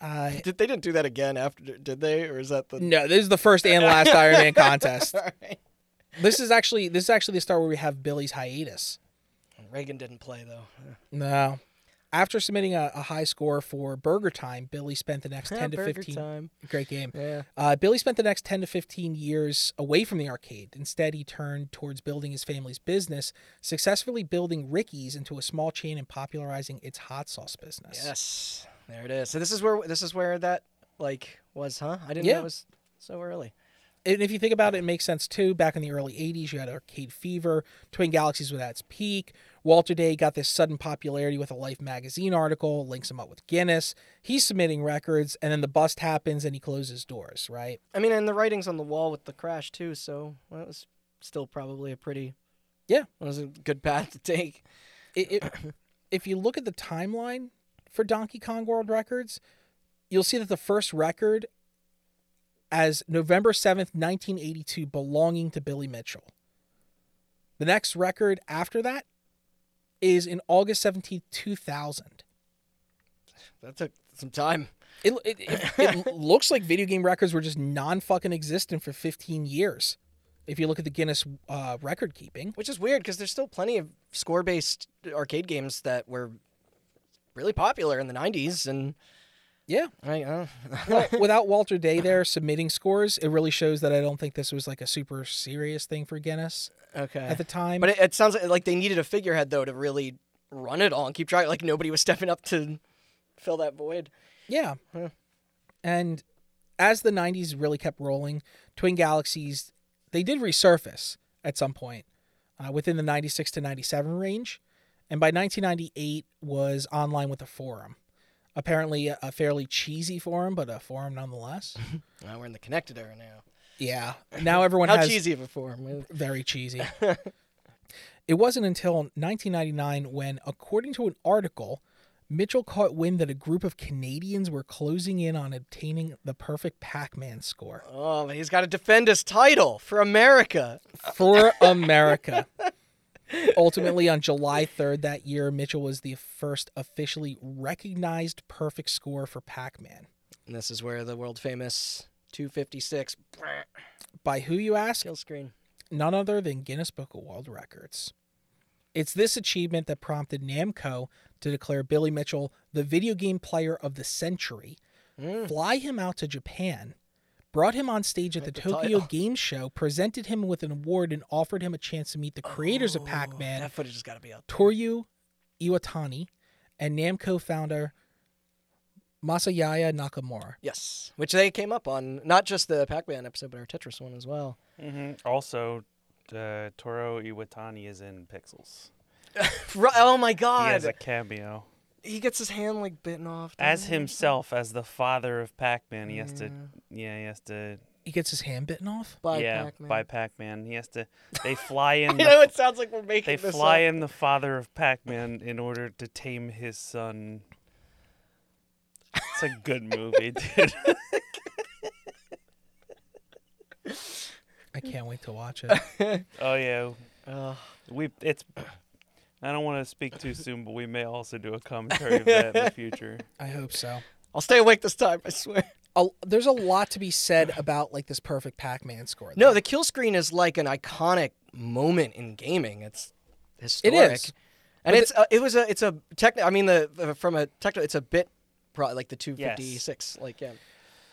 Speaker 2: uh,
Speaker 1: did they didn't do that again after? Did they, or is that the?
Speaker 2: no, this is the first and last Iron Man contest.
Speaker 1: Alright.
Speaker 2: This is actually this is actually the start where we have Billy's hiatus.
Speaker 1: Reagan didn't play though.
Speaker 2: No, after submitting a, a high score for Burger Time, Billy spent the next ten to
Speaker 1: Ah, Burger
Speaker 2: fifteen.
Speaker 1: Time.
Speaker 2: Great game.
Speaker 1: Yeah.
Speaker 2: Uh, Billy spent the next 10 to 15 years away from the arcade. Instead, he turned towards building his family's business, successfully building Ricky's into a small chain and popularizing its hot sauce business.
Speaker 1: Yes. There it is. So this is where this is where that like was, huh? I didn't know
Speaker 2: Yeah.
Speaker 1: it was so early.
Speaker 2: and if you think about it, it makes sense too. Back in the early 80s, you had Arcade Fever, Twin Galaxies was at its peak. Walter Day got this sudden popularity with a Life magazine article, links him up with Guinness. He's submitting records, and then the bust happens and he closes doors, right?
Speaker 1: I mean, and the writing's on the wall with the crash too, so that was still probably a pretty.
Speaker 2: Yeah.
Speaker 1: that was a good path to take.
Speaker 2: It, it, if you look at the timeline for Donkey Kong World Records, you'll see that the first record as November 7th, 1982, belonging to Billy Mitchell. The next record after that is in August 17th, 2000.
Speaker 1: That took some time.
Speaker 2: It, it, it, it looks like video game records were just non fucking existent for 15 years. If you look at the Guinness uh, record keeping,
Speaker 1: Which is weird because there's still plenty of score based arcade games that were really popular in the 90s. And
Speaker 2: yeah.
Speaker 1: I, uh,
Speaker 2: Well, without Walter Day there submitting scores, it really shows that I don't think this was like a super serious thing for Guinness
Speaker 1: okay.
Speaker 2: at the time.
Speaker 1: Eh. But it, it sounds like, like they needed a figurehead, though, to really run it all and keep trying. Like nobody was stepping up to fill that void.
Speaker 2: Yeah.
Speaker 1: Huh.
Speaker 2: And as the 90s really kept rolling, Twin Galaxies, they did resurface at some point uh, within the 96 to 97 range. And by 1998 was online with a forum. Apparently a, a fairly cheesy forum, but a forum nonetheless.
Speaker 1: Well, we're in the connected era now.
Speaker 2: yeah. Now everyone
Speaker 1: How
Speaker 2: has
Speaker 1: cheesy of a form.
Speaker 2: very cheesy. it wasn't until 1999 when, according to an article, Mitchell caught wind that a group of Canadians were closing in on obtaining the perfect Pac Man score
Speaker 1: Oh, but he's got to defend his title for America.
Speaker 2: for America. Ultimately, on July 3rd that year, Mitchell was the first officially recognized perfect score for Pac Man.
Speaker 1: And this is where the world famous 256
Speaker 2: By who, you ask?
Speaker 1: kill screen.
Speaker 2: none other than Guinness Book of World Records. It's this achievement that prompted Namco to declare Billy Mitchell the video game player of the century,
Speaker 1: Mm.
Speaker 2: fly him out to Japan, brought him on stage at the,
Speaker 1: the
Speaker 2: Tokyo
Speaker 1: title.
Speaker 2: Game Show, presented him with an award, and offered him a chance to meet the creators of Pac Man,
Speaker 1: Oh, That footage has got to be up.
Speaker 2: Toru Iwatani, and Namco founder Masayaya Nakamura.
Speaker 1: Yes, which they came up on not just the Pac-Man episode, but our Tetris one as well.
Speaker 3: hmm Also, uh, Toro Iwatani is in Pixels.
Speaker 1: Ru- Oh my
Speaker 3: He
Speaker 1: God,
Speaker 3: has a cameo
Speaker 1: he gets his hand like bitten off.
Speaker 3: as
Speaker 1: doesn't he?
Speaker 3: himself, as the father of Pac-Man. He has to, yeah, he has to,
Speaker 2: He gets his hand bitten off?
Speaker 1: by
Speaker 3: yeah,
Speaker 1: Pac-Man.
Speaker 3: by Pac-Man. He has to. They fly
Speaker 1: I
Speaker 3: in. the,
Speaker 1: know it sounds like we're making
Speaker 3: they
Speaker 1: this
Speaker 3: fly
Speaker 1: up.
Speaker 3: in the father of Pac-Man in order to tame his son. It's a good movie, dude.
Speaker 2: I can't wait to watch it.
Speaker 3: oh yeah,
Speaker 1: Ugh.
Speaker 3: we. It's. I don't want to speak too soon, but we may also do a commentary of that in the future.
Speaker 2: I hope so.
Speaker 1: I'll stay awake this time. I swear.
Speaker 2: a, there's a lot to be said about like this perfect Pac-Man score.
Speaker 1: No,
Speaker 2: though.
Speaker 1: the kill screen is like an iconic moment in gaming. It's
Speaker 2: It
Speaker 1: historic.
Speaker 2: is.
Speaker 1: and it's uh, it was a it's a tech. I mean the uh, from a technical it's a bit pro- like the two fifty six like yeah.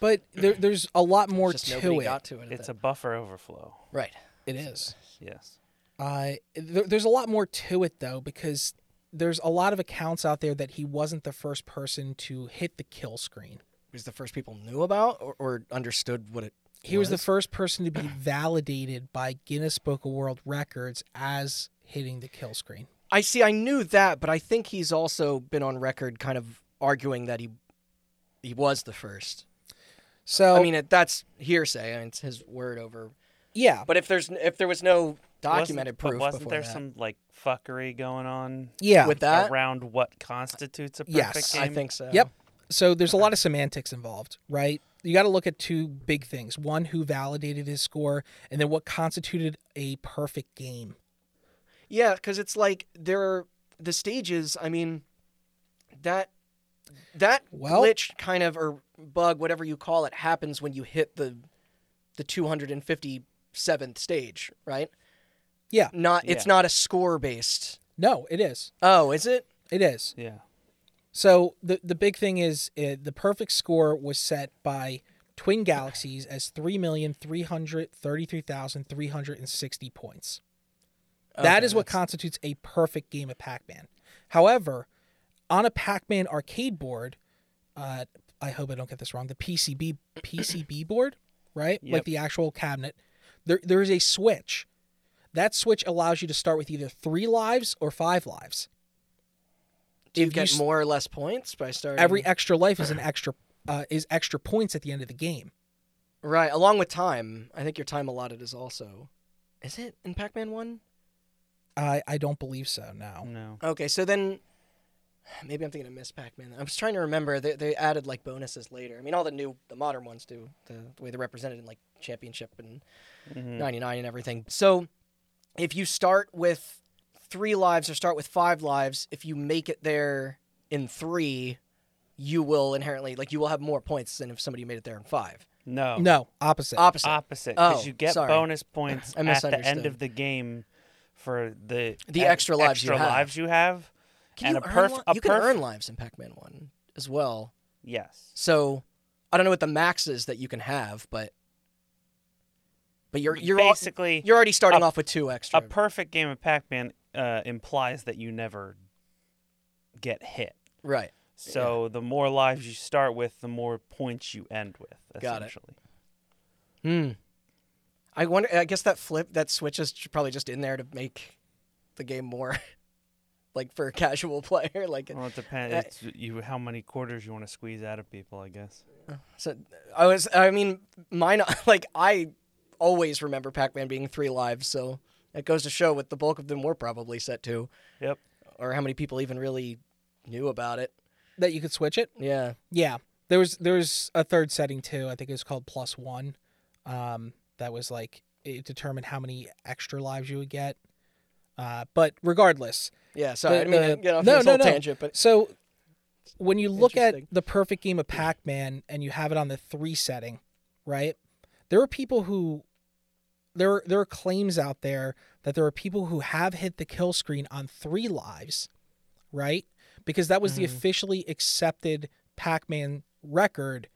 Speaker 2: but there, there's a lot more
Speaker 1: Just
Speaker 2: to
Speaker 1: nobody
Speaker 2: it.
Speaker 1: got to it. at
Speaker 3: It's
Speaker 1: that-
Speaker 3: a buffer overflow.
Speaker 1: right.
Speaker 2: it is.
Speaker 3: Yes.
Speaker 2: Uh, there, there's a lot more to it though because there's a lot of accounts out there that he wasn't the first person to hit the kill screen.
Speaker 1: It was the first people knew about or, or understood what it.
Speaker 2: He was the first person to be validated by Guinness Book of World Records as hitting the kill screen.
Speaker 1: I see. I knew that, but I think he's also been on record, kind of arguing that he he was the first.
Speaker 3: Oh.
Speaker 2: So
Speaker 1: I mean, it, that's hearsay. I mean, it's his word over.
Speaker 2: yeah,
Speaker 1: But if there's if there was no documented
Speaker 3: wasn't, but
Speaker 1: proof
Speaker 3: wasn't
Speaker 1: before
Speaker 3: there
Speaker 1: that,
Speaker 3: some like fuckery going on
Speaker 2: yeah.
Speaker 1: with that,
Speaker 3: around what constitutes a perfect
Speaker 2: Yes.
Speaker 3: game?
Speaker 1: I think so.
Speaker 2: Yep. So there's a lot of semantics involved, right? You got to look at two big things. One, who validated his score, and then what constituted a perfect game.
Speaker 1: Yeah, because it's like there are the stages. I mean, that that
Speaker 2: Well-
Speaker 1: glitch kind of or bug, whatever you call it, happens when you hit the the two hundred and fifty seventh stage, right?
Speaker 2: Yeah.
Speaker 1: Not it's
Speaker 3: Yeah.
Speaker 1: not a score based.
Speaker 2: No, it is.
Speaker 1: Oh, is it?
Speaker 2: It is.
Speaker 3: Yeah.
Speaker 2: So the the big thing is uh, the perfect score was set by Twin Galaxies as 3,333,360 points. that
Speaker 1: Okay,
Speaker 2: is what
Speaker 1: that's-
Speaker 2: constitutes a perfect game of Pac-Man. However, on a Pac-Man arcade board, uh, I hope I don't get this wrong, the PCB PCB board, right? Like
Speaker 3: Yep.
Speaker 2: the actual cabinet. There there is a switch. That switch allows you to start with either 3 lives or 5 lives.
Speaker 1: Do you
Speaker 2: if you
Speaker 1: get
Speaker 2: s-
Speaker 1: more or less points by starting
Speaker 2: Every e extra life is an extra uh, is extra points at the end of the game.
Speaker 1: right along with time? I think your time allotted is also. Is it in Pac Man one?
Speaker 2: I I don't believe so. No.
Speaker 3: No.
Speaker 1: Okay, so then maybe I'm thinking of Miss Pac-Man. I was trying to remember they they added like bonuses later. I mean, all the new the modern ones do the, the way they're represented in like championship and
Speaker 3: Mhm.
Speaker 1: 99 and everything. So if you start with three lives or start with five lives, if you make it there in three, you will inherently like you will have more points than if somebody made it there in five.
Speaker 3: No.
Speaker 2: No,
Speaker 3: Uh,
Speaker 2: opposite.
Speaker 1: Opposite.
Speaker 3: Opposite. Because
Speaker 1: Oh,
Speaker 3: you get
Speaker 1: sorry.
Speaker 3: bonus points
Speaker 1: I
Speaker 3: at the end
Speaker 1: misunderstood.
Speaker 3: of the game for the
Speaker 1: The
Speaker 3: e-
Speaker 1: extra lives you
Speaker 3: extra
Speaker 1: have.
Speaker 3: lives you have.
Speaker 1: can you
Speaker 3: and a
Speaker 1: earn
Speaker 3: perf-
Speaker 1: li-
Speaker 3: a
Speaker 1: you can
Speaker 3: perf-
Speaker 1: earn lives in Pac-Man 1 as well.
Speaker 3: Yes.
Speaker 1: So I don't know what the max is that you can have, but but you're you're al-
Speaker 3: basically
Speaker 1: you're already starting
Speaker 3: a-
Speaker 1: off with two extra.
Speaker 3: a perfect game of Pac-Man uh, implies that you never get hit.
Speaker 1: right.
Speaker 3: So the more lives you start with, the more points you end with.
Speaker 1: Got it.
Speaker 3: Essentially,
Speaker 1: Hmm. I wonder. I guess that flip, that switch is probably just in there to make the game more like for a casual player. Like,
Speaker 3: well, it
Speaker 1: Uh,
Speaker 3: depends. It's you how many quarters you want to squeeze out of people, I guess.
Speaker 1: so I was. I mean, mine. Like, I always remember Pac-Man being three lives. So that goes to show what the bulk of them were probably set to,
Speaker 3: Yep.
Speaker 1: or how many people even really knew about it.
Speaker 2: that you could switch it.
Speaker 1: Yeah.
Speaker 2: Yeah, there was there was a third setting too. I think it was called plus one. Um, that was like it determined how many extra lives you would get. Uh, but regardless,
Speaker 1: Yeah. Sorry. I
Speaker 2: The-
Speaker 1: didn't mean to
Speaker 2: the-
Speaker 1: get off
Speaker 2: uh, no,
Speaker 1: this
Speaker 2: no,
Speaker 1: whole
Speaker 2: no.
Speaker 1: tangent, but
Speaker 2: so when you look at
Speaker 1: Interesting.
Speaker 2: the perfect game of Pac-Man and you have it on the three setting, right? There are people who there are, there are claims out there that there are people who have hit the kill screen on three lives, right? Because that was
Speaker 1: Mm-hmm.
Speaker 2: the officially accepted Pac-Man record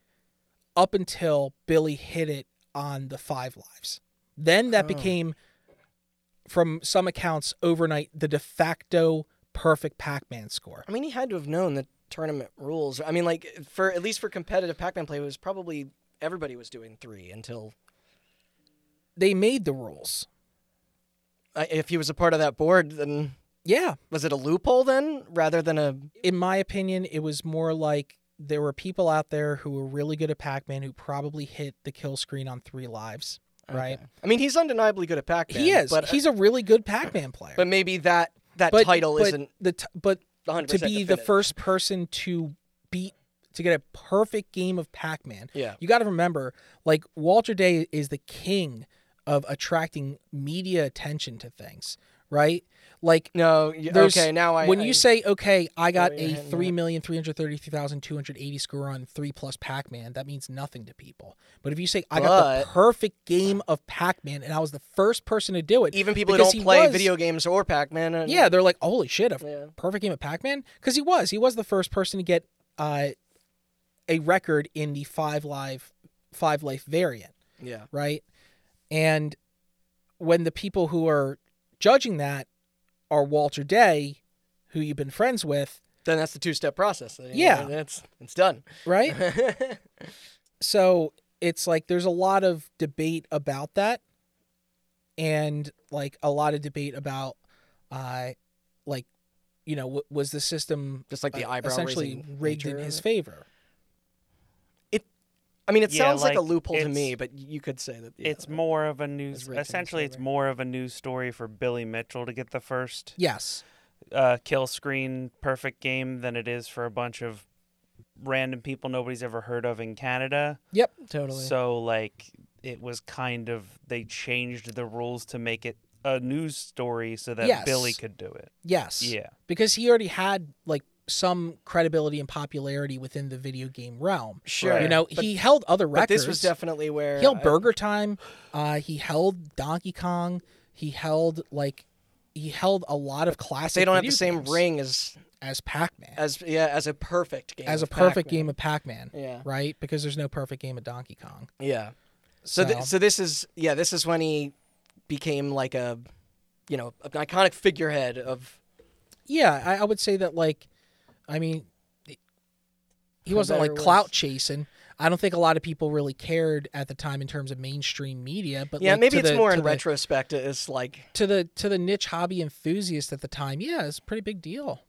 Speaker 2: up until Billy hit it on the five lives. Then that
Speaker 1: Oh.
Speaker 2: became from some accounts overnight the de facto perfect Pac-Man score.
Speaker 1: I mean, he had to have known the tournament rules. I mean, like for at least for competitive Pac-Man play, it was probably everybody was doing three until
Speaker 2: They made the rules.
Speaker 1: I if he was a part of that board. Then
Speaker 2: Yeah,
Speaker 1: was it a loophole then, rather than a
Speaker 2: in my opinion, it was more like there were people out there who were really good at Pac-Man who probably hit the kill screen on three lives, right?
Speaker 1: Okay. I mean, he's undeniably good at Pac-Man.
Speaker 2: He is.
Speaker 1: but uh,
Speaker 2: He's a really good Pac-Man player.
Speaker 1: but maybe that that
Speaker 2: But-
Speaker 1: title
Speaker 2: but
Speaker 1: isn't
Speaker 2: the t- but
Speaker 1: 100
Speaker 2: to be the first person to beat to get a perfect game of Pac-Man.
Speaker 1: Yeah.
Speaker 2: You got to remember, like Walter Day is the king of attracting media attention to things, right? Like
Speaker 1: No. y-
Speaker 2: there's-
Speaker 1: okay. Now I
Speaker 2: when
Speaker 1: I,
Speaker 2: you say, "Okay, I got
Speaker 1: Oh, you're
Speaker 2: a
Speaker 1: hitting
Speaker 2: three million three hundred thirty-three thousand two hundred eighty score on three plus Pac-Man," that means nothing to people. But if you say, "I got the
Speaker 1: But-
Speaker 2: perfect game of Pac-Man," and I was the first person to do it,
Speaker 1: even people who
Speaker 2: because
Speaker 1: don't
Speaker 2: he
Speaker 1: play
Speaker 2: was-
Speaker 1: video games or Pac-Man, uh, and,
Speaker 2: yeah, they're like, "Holy shit, a f-
Speaker 1: Yeah.
Speaker 2: perfect game of Pac-Man!" Because he was, he was the first person to get uh, a record in the five live, five life variant,
Speaker 1: yeah,
Speaker 2: right? And when the people who are judging that are Walter Day, who you've been friends with,
Speaker 1: then that's the two-step process. you know,
Speaker 2: Yeah.
Speaker 1: that's it's done.
Speaker 2: right? so it's like there's a lot of debate about that, and like a lot of debate about, uh, like, you know, w- was the system
Speaker 1: Just like the
Speaker 2: uh,
Speaker 1: eyebrow
Speaker 2: essentially
Speaker 1: raising
Speaker 2: rigged in
Speaker 1: nature of
Speaker 2: his
Speaker 1: it.
Speaker 2: favor?
Speaker 1: I mean, it
Speaker 3: Yeah,
Speaker 1: sounds like, a
Speaker 3: like,
Speaker 1: loophole to
Speaker 3: it's-
Speaker 1: me, but you could say that yeah.
Speaker 3: It's more of a news.
Speaker 1: rigged in this
Speaker 3: Essentially, it's
Speaker 1: favor.
Speaker 3: more of a news story for Billy Mitchell to get the first
Speaker 2: Yes,
Speaker 3: uh, kill screen perfect game than it is for a bunch of random people nobody's ever heard of in Canada.
Speaker 1: totally.
Speaker 3: So like it was kind of they changed the rules to make it a news story so that Billy
Speaker 2: Yes.
Speaker 3: could do it.
Speaker 2: yes,
Speaker 3: Yeah.
Speaker 2: because he already had like some credibility and popularity within the video game realm.
Speaker 1: sure,
Speaker 3: Right.
Speaker 2: You know,
Speaker 1: But-
Speaker 2: he held other
Speaker 1: But
Speaker 2: records.
Speaker 1: this was definitely where
Speaker 2: He held
Speaker 1: I-
Speaker 2: Burger Time. Uh, he held Donkey Kong. He held like he held a lot of classic.
Speaker 1: they don't have the
Speaker 2: video
Speaker 1: same
Speaker 2: games
Speaker 1: ring as
Speaker 2: as Pac-Man as,
Speaker 1: as yeah as a perfect game
Speaker 2: a
Speaker 1: of
Speaker 2: perfect
Speaker 1: Pac-Man.
Speaker 2: game of Pac-Man,
Speaker 1: Yeah,
Speaker 2: right? Because there's no perfect game of Donkey Kong.
Speaker 1: yeah. So
Speaker 2: So,
Speaker 1: th- so this is yeah this is when he became like a you know an iconic figurehead of
Speaker 2: yeah, I, I would say that like, I mean, he
Speaker 1: For
Speaker 2: wasn't
Speaker 1: better
Speaker 2: like
Speaker 1: or
Speaker 2: clout
Speaker 1: worse.
Speaker 2: chasing. I don't think a lot of people really cared at the time in terms of mainstream media, but
Speaker 1: yeah
Speaker 2: like,
Speaker 1: maybe
Speaker 2: to
Speaker 1: it's
Speaker 2: the-
Speaker 1: more
Speaker 2: to
Speaker 1: in
Speaker 2: the-
Speaker 1: retrospect it's like
Speaker 2: to the to the niche hobby enthusiast at the time. Yeah, it's a pretty big deal.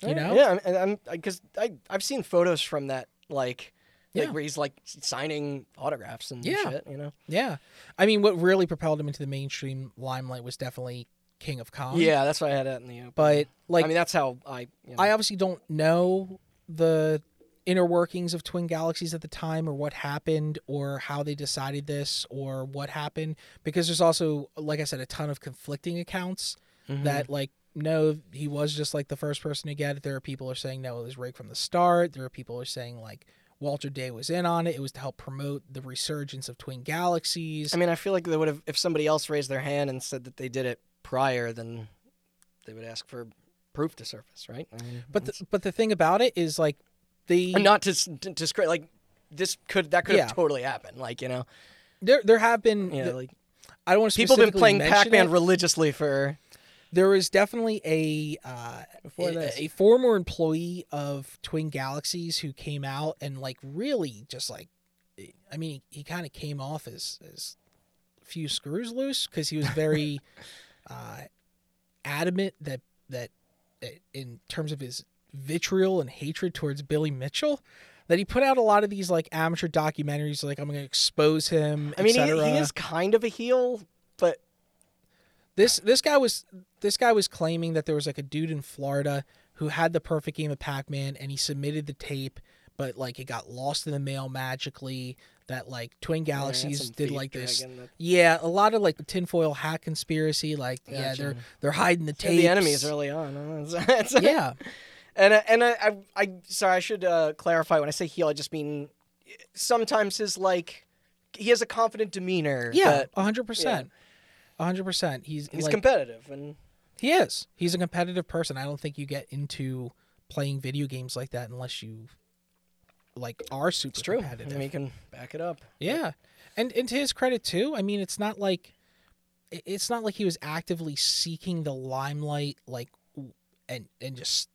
Speaker 2: You know,
Speaker 1: eh, yeah I'm- I'm because I I've seen photos from that like like
Speaker 2: Yeah.
Speaker 1: where he's like signing autographs and
Speaker 2: Yeah.
Speaker 1: shit you know
Speaker 2: Yeah. I mean, what really propelled him into the mainstream limelight was definitely King of Kong.
Speaker 1: Oh, yeah that's why I had that in the open.
Speaker 2: But, like,
Speaker 1: I
Speaker 2: I,
Speaker 1: mean that's how I you know,
Speaker 2: obviously don't know the inner workings of Twin Galaxies at the time or what happened or how they decided this or what happened because there's also, like I said, a ton of conflicting accounts
Speaker 1: Mhm.
Speaker 2: that, like, no, he was just like the first person to get it. There are people who are saying no, it was rigged from the start. There are people who are saying like Walter Day was in on it. It was to help promote the resurgence of Twin Galaxies.
Speaker 1: I mean, I feel like they would have if somebody else raised their hand and said that they did it prior, then they would ask for proof to surface, right? I mean,
Speaker 2: But the, but the thing about it is like the
Speaker 1: and not to s- to discredit, like this could that could
Speaker 2: Yeah.
Speaker 1: have totally happened, like you know,
Speaker 2: there there have been
Speaker 1: you know, like
Speaker 2: I don't want to
Speaker 1: people have been playing
Speaker 2: Pac-Man
Speaker 1: Pac-Man religiously for
Speaker 2: there was definitely a uh,
Speaker 1: Before
Speaker 2: a-
Speaker 1: this.
Speaker 2: a former employee of Twin Galaxies who came out and like really just like, eh, I mean, he, he kind of came off as as few screws loose because he was very uh, adamant that that that in terms of his vitriol and hatred towards Billy Mitchell. That he put out a lot of these like amateur documentaries, like I'm going to expose him.
Speaker 1: I mean,
Speaker 2: et cetera.
Speaker 1: he, he is kind of a heel, but
Speaker 2: This this guy was this guy was claiming that there was like a dude in Florida who had the perfect game of Pac-Man and he submitted the tape, but like it got lost in the mail magically. That like Twin
Speaker 1: Yeah,
Speaker 2: Galaxies
Speaker 1: some
Speaker 2: did
Speaker 1: feet
Speaker 2: like this.
Speaker 1: dragging the-
Speaker 2: Yeah, a lot of like tinfoil hat conspiracy. Like yeah,
Speaker 1: Gotcha.
Speaker 2: they're they're hiding the
Speaker 1: they're
Speaker 2: tapes.
Speaker 1: the enemies early on. huh? It's- it's-
Speaker 2: yeah,
Speaker 1: And I- and I, I I sorry I should uh, clarify when I say heel I just mean sometimes his like he has a confident demeanor.
Speaker 2: yeah,
Speaker 1: but
Speaker 2: hundred percent, hundred percent. He's
Speaker 1: he's
Speaker 2: like,
Speaker 1: competitive and
Speaker 2: he is. He's a competitive person. I don't think you get into playing video games like that unless you like are super
Speaker 1: it's true. I
Speaker 2: competitive.
Speaker 1: mean, he can back it up.
Speaker 2: Yeah, and and to his credit too. I mean, it's not like it- it's not like he was actively seeking the limelight, like w- and and just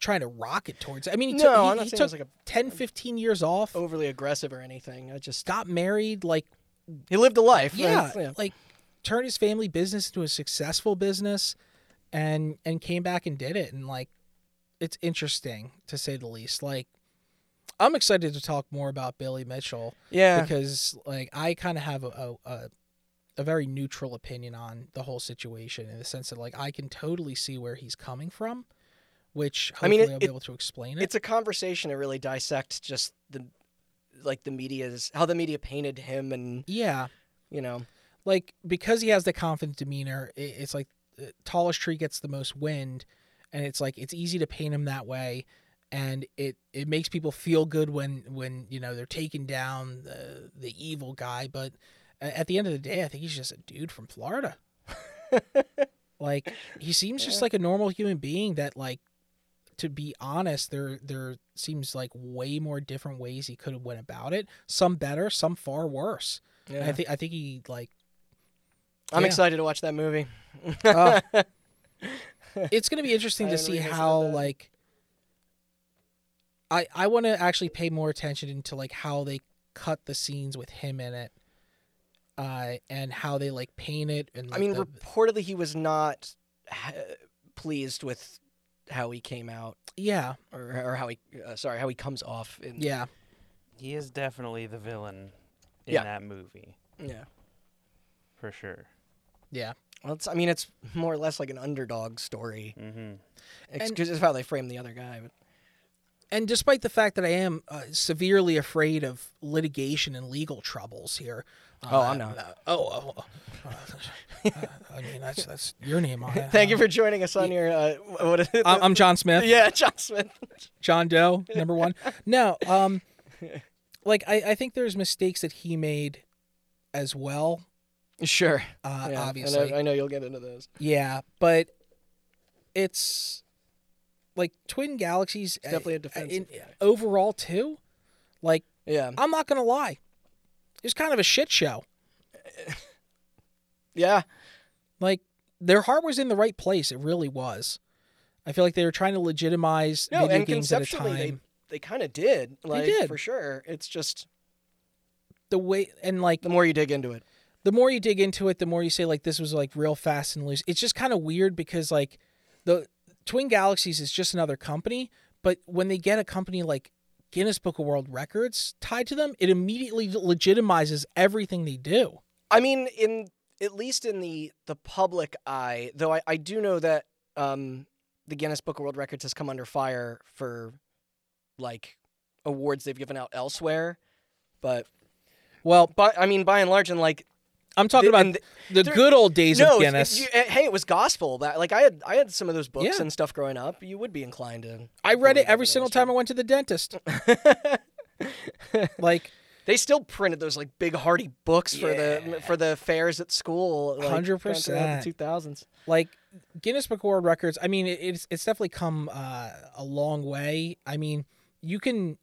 Speaker 2: trying to rock it towards. I mean, he
Speaker 1: no,
Speaker 2: took, he-
Speaker 1: I'm
Speaker 2: he,
Speaker 1: not saying
Speaker 2: took
Speaker 1: he's like a, Oh.
Speaker 2: 10, 15 years off,
Speaker 1: overly aggressive or anything. I just
Speaker 2: got married, like
Speaker 1: he lived a life.
Speaker 2: yeah,
Speaker 1: right? yeah.
Speaker 2: like turned his family business into a successful business, and and came back and did it, and like it's interesting to say the least. Like, I'm excited to talk more about Billy Mitchell
Speaker 1: Yeah.
Speaker 2: because like I kind of have a, a, a a very neutral opinion on the whole situation in the sense that like I can totally see where he's coming from, which
Speaker 1: I
Speaker 2: hopefully I
Speaker 1: mean,
Speaker 2: will
Speaker 1: it-
Speaker 2: be
Speaker 1: it-
Speaker 2: able to explain it.
Speaker 1: it's a conversation that really dissects just the like the media's how the media painted him and
Speaker 2: yeah,
Speaker 1: you know
Speaker 2: like because he has the confident demeanor, i it's like uh, tallest tree gets the most wind, and it's like it's easy to paint him that way, and it it makes people feel good when when you know they're taking down the the evil guy, but a- at the end of the day, I think he's just a dude from Florida. like he seems just
Speaker 1: Yeah.
Speaker 2: like a normal human being that like to be honest there there seems like way more different ways he could have went about it some better some far worse And
Speaker 1: yeah.
Speaker 2: i think i think he like
Speaker 1: I'm
Speaker 2: yeah.
Speaker 1: excited to watch that movie.
Speaker 2: Oh. it's going to be interesting
Speaker 1: I
Speaker 2: to
Speaker 1: didn't
Speaker 2: see
Speaker 1: realize it
Speaker 2: how
Speaker 1: was that.
Speaker 2: like I I want to actually pay more attention into like how they cut the scenes with him in it, uh, and how they like paint it and
Speaker 1: I
Speaker 2: like,
Speaker 1: mean,
Speaker 2: the-
Speaker 1: reportedly he was not ha- pleased with how he came out
Speaker 2: yeah,
Speaker 1: or, or how he uh, sorry how he comes off in
Speaker 2: yeah,
Speaker 3: He is definitely the villain in
Speaker 1: Yeah.
Speaker 3: that movie
Speaker 1: yeah.
Speaker 3: for sure.
Speaker 2: yeah.
Speaker 1: Well, it's, I mean, it's more or less like an underdog story.
Speaker 3: Mm-hmm.
Speaker 1: It's
Speaker 2: And- Uh-huh.
Speaker 1: 'cause it's how they frame the other guy. But
Speaker 2: And despite the fact that I am uh, severely afraid of litigation and legal troubles here,
Speaker 1: Oh, I'm
Speaker 2: uh,
Speaker 1: not.
Speaker 2: uh, oh, oh, oh, uh, I mean that's that's your name on it.
Speaker 1: thank you
Speaker 2: huh?
Speaker 1: for joining us on your uh, what is it?
Speaker 2: I'm I'm John Smith.
Speaker 1: yeah, John Smith.
Speaker 2: John Doe, number one. No, um, like I, I think there's mistakes that he made as well.
Speaker 1: Sure,
Speaker 2: Uh,
Speaker 1: yeah,
Speaker 2: obviously,
Speaker 1: and I, I know you'll get into those.
Speaker 2: yeah, but it's like Twin Galaxies. uh,
Speaker 1: definitely a
Speaker 2: uh,
Speaker 1: defensive
Speaker 2: in-
Speaker 1: guy.
Speaker 2: overall too. Like
Speaker 1: Yeah,
Speaker 2: I'm not gonna lie, it's kind of a shit show.
Speaker 1: yeah,
Speaker 2: Like their heart was in the right place. It really was. I feel like they were trying to legitimize
Speaker 1: no,
Speaker 2: video
Speaker 1: and
Speaker 2: games at a
Speaker 1: conceptually
Speaker 2: time.
Speaker 1: they they kind of did, like
Speaker 2: did.
Speaker 1: for sure. It's just
Speaker 2: The way and like
Speaker 1: the more you dig into it,
Speaker 2: the more you dig into it, the more you say like this was like real fast and loose. It's just kind of weird because like the Twin Galaxies is just another company, but when they get a company like Guinness Book of World Records tied to them, it immediately legitimizes everything they do.
Speaker 1: I mean, in at least in the the public eye, though I, I do know that um, the Guinness Book of World Records has come under fire for like awards they've given out elsewhere. But
Speaker 2: Well,
Speaker 1: but I mean, by and large, and like
Speaker 2: I'm talking
Speaker 1: the-
Speaker 2: about
Speaker 1: and
Speaker 2: the
Speaker 1: there-
Speaker 2: good old days
Speaker 1: no,
Speaker 2: of
Speaker 1: it's-
Speaker 2: Guinness.
Speaker 1: you- eh, hey, it was gospel. That like I had I had some of those books
Speaker 2: Yeah.
Speaker 1: and stuff growing up. You would be inclined to.
Speaker 2: I read it
Speaker 1: believe
Speaker 2: every
Speaker 1: in
Speaker 2: single
Speaker 1: those, yeah.
Speaker 2: time I went to the dentist. like
Speaker 1: They still printed those like big hardy books for
Speaker 2: Yeah.
Speaker 1: the for the fairs at school. like, going throughout
Speaker 2: 100%.
Speaker 1: the two thousands.
Speaker 2: like Guinness Book of World Records. I mean, it, it's it's definitely come uh, a long way. I mean, you can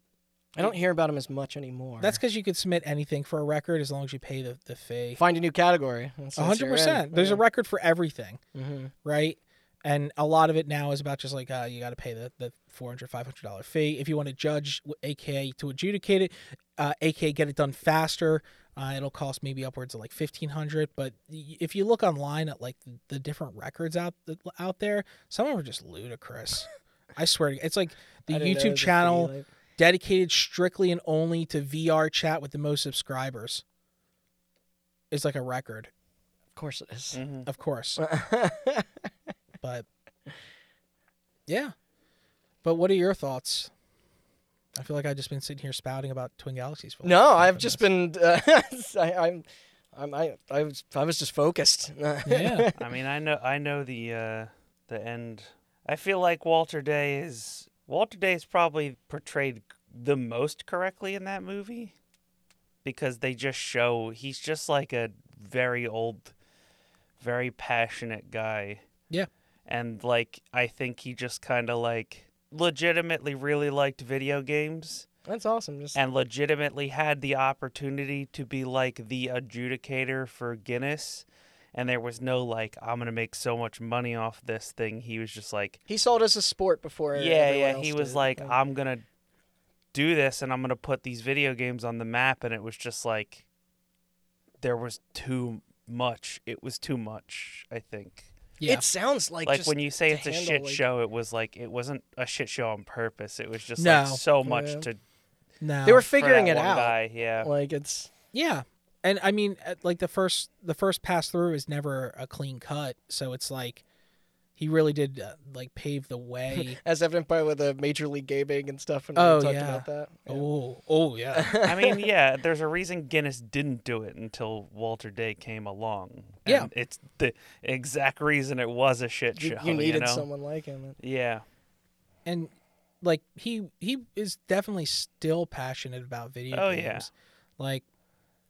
Speaker 1: I don't hear about them as much anymore.
Speaker 2: That's because you could submit anything for a record as long as you pay the, the fee.
Speaker 1: find a new category.
Speaker 2: A hundred percent. There's a record for everything,
Speaker 1: Oh, Mm-hmm.
Speaker 2: right? and a lot of it now is about just like uh, you got to pay the, the 400 500 dollar fee if you want to judge aka to adjudicate it uh, aka get it done faster uh, it'll cost maybe upwards of like 1500 but y- if you look online at like the different records out out there some of them are just ludicrous i swear to you. it's like the
Speaker 1: I didn't know it
Speaker 2: youtube
Speaker 1: was a
Speaker 2: channel
Speaker 1: free, like-
Speaker 2: dedicated strictly and only to vr chat with the most subscribers is like a record
Speaker 1: of course it is.
Speaker 3: Mm-hmm.
Speaker 2: of course but yeah. But what are your thoughts? I feel like I've just been sitting here spouting about Twin Galaxies. For
Speaker 1: no,
Speaker 2: like
Speaker 1: I've
Speaker 2: five
Speaker 1: just
Speaker 2: minutes.
Speaker 1: been. Uh, I, I'm. I'm, I, I was I was just focused.
Speaker 2: Yeah.
Speaker 3: I mean, I know I know the uh, the end. I feel like Walter Day is Walter Day is probably portrayed the most correctly in that movie because they just show he's just like a very old, very passionate guy.
Speaker 2: Yeah.
Speaker 3: And like I think he just kind of like legitimately really liked video games
Speaker 1: That's awesome. Just
Speaker 3: and legitimately had the opportunity to be like the adjudicator for Guinness. And there was no like, I'm gonna make so much money off this thing. He was just like,
Speaker 1: he saw it as a sport before.
Speaker 3: yeah,
Speaker 1: everyone
Speaker 3: yeah.
Speaker 1: else
Speaker 3: He was
Speaker 1: did.
Speaker 3: like, "Ah,
Speaker 1: Yeah.
Speaker 3: I'm gonna do this, and I'm gonna put these video games on the map. And it was just like, there was too much. It was too much. I think
Speaker 2: yeah.
Speaker 1: It sounds like
Speaker 3: like
Speaker 1: just
Speaker 3: when you say
Speaker 1: to
Speaker 3: it's a
Speaker 1: handle,
Speaker 3: shit
Speaker 1: like-
Speaker 3: show, it was like it wasn't a shit show on purpose. It was just
Speaker 2: No.
Speaker 3: like so much
Speaker 1: Yeah.
Speaker 3: to
Speaker 2: no.
Speaker 1: they were
Speaker 3: for
Speaker 1: figuring
Speaker 3: that
Speaker 1: it
Speaker 3: one
Speaker 1: out.
Speaker 3: Guy. Yeah.
Speaker 1: Like it's
Speaker 2: yeah. And I mean, uh, like the first the first pass through is never a clean cut, so it's like he really did uh, like pave the way.
Speaker 1: as evident by with the major league gaming and stuff. And
Speaker 2: Oh,
Speaker 1: we talked
Speaker 2: yeah.
Speaker 1: about that. Yeah.
Speaker 2: Oh, oh yeah.
Speaker 3: I mean, yeah, there's a reason Guinness didn't do it until Walter Day came along.
Speaker 2: Yeah.
Speaker 3: And it's the exact reason it was a shit
Speaker 1: you,
Speaker 3: show.
Speaker 1: you needed
Speaker 3: know?
Speaker 1: someone like him.
Speaker 3: Yeah.
Speaker 2: and like he he is definitely still passionate about video
Speaker 3: Oh,
Speaker 2: games.
Speaker 3: yeah.
Speaker 2: Like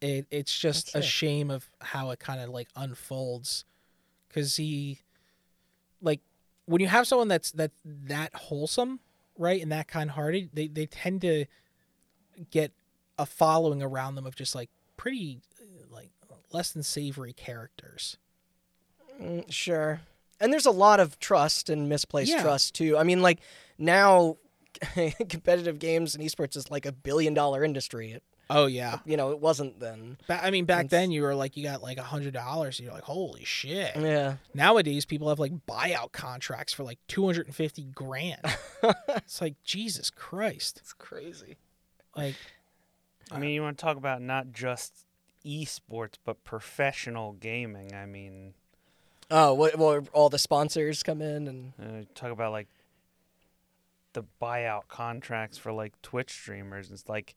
Speaker 2: it it's just
Speaker 1: That's
Speaker 2: a
Speaker 1: it.
Speaker 2: shame of how it kind of like unfolds cuz he like when you have someone that's that that wholesome, right? And that kind-hearted, they they tend to get a following around them of just like pretty uh, like less than savory characters.
Speaker 1: Mm, sure. And there's a lot of trust and misplaced
Speaker 2: Yeah.
Speaker 1: trust too. I mean, like now, competitive games and esports is like a billion dollar industry. It,
Speaker 2: Oh yeah.
Speaker 1: you know, it wasn't then.
Speaker 2: Ba- I mean back
Speaker 1: It's-
Speaker 2: then you were like you got like a $100 and you're like holy shit.
Speaker 1: Yeah.
Speaker 2: Nowadays, people have like buyout contracts for like 250 grand. it's like, Jesus Christ.
Speaker 1: It's crazy.
Speaker 2: Like,
Speaker 1: Uh,
Speaker 3: I mean, you want to talk about not just esports, but professional gaming. I mean,
Speaker 1: Oh, what, well, all the sponsors come in and
Speaker 3: uh, talk about like the buyout contracts for like Twitch streamers. It's like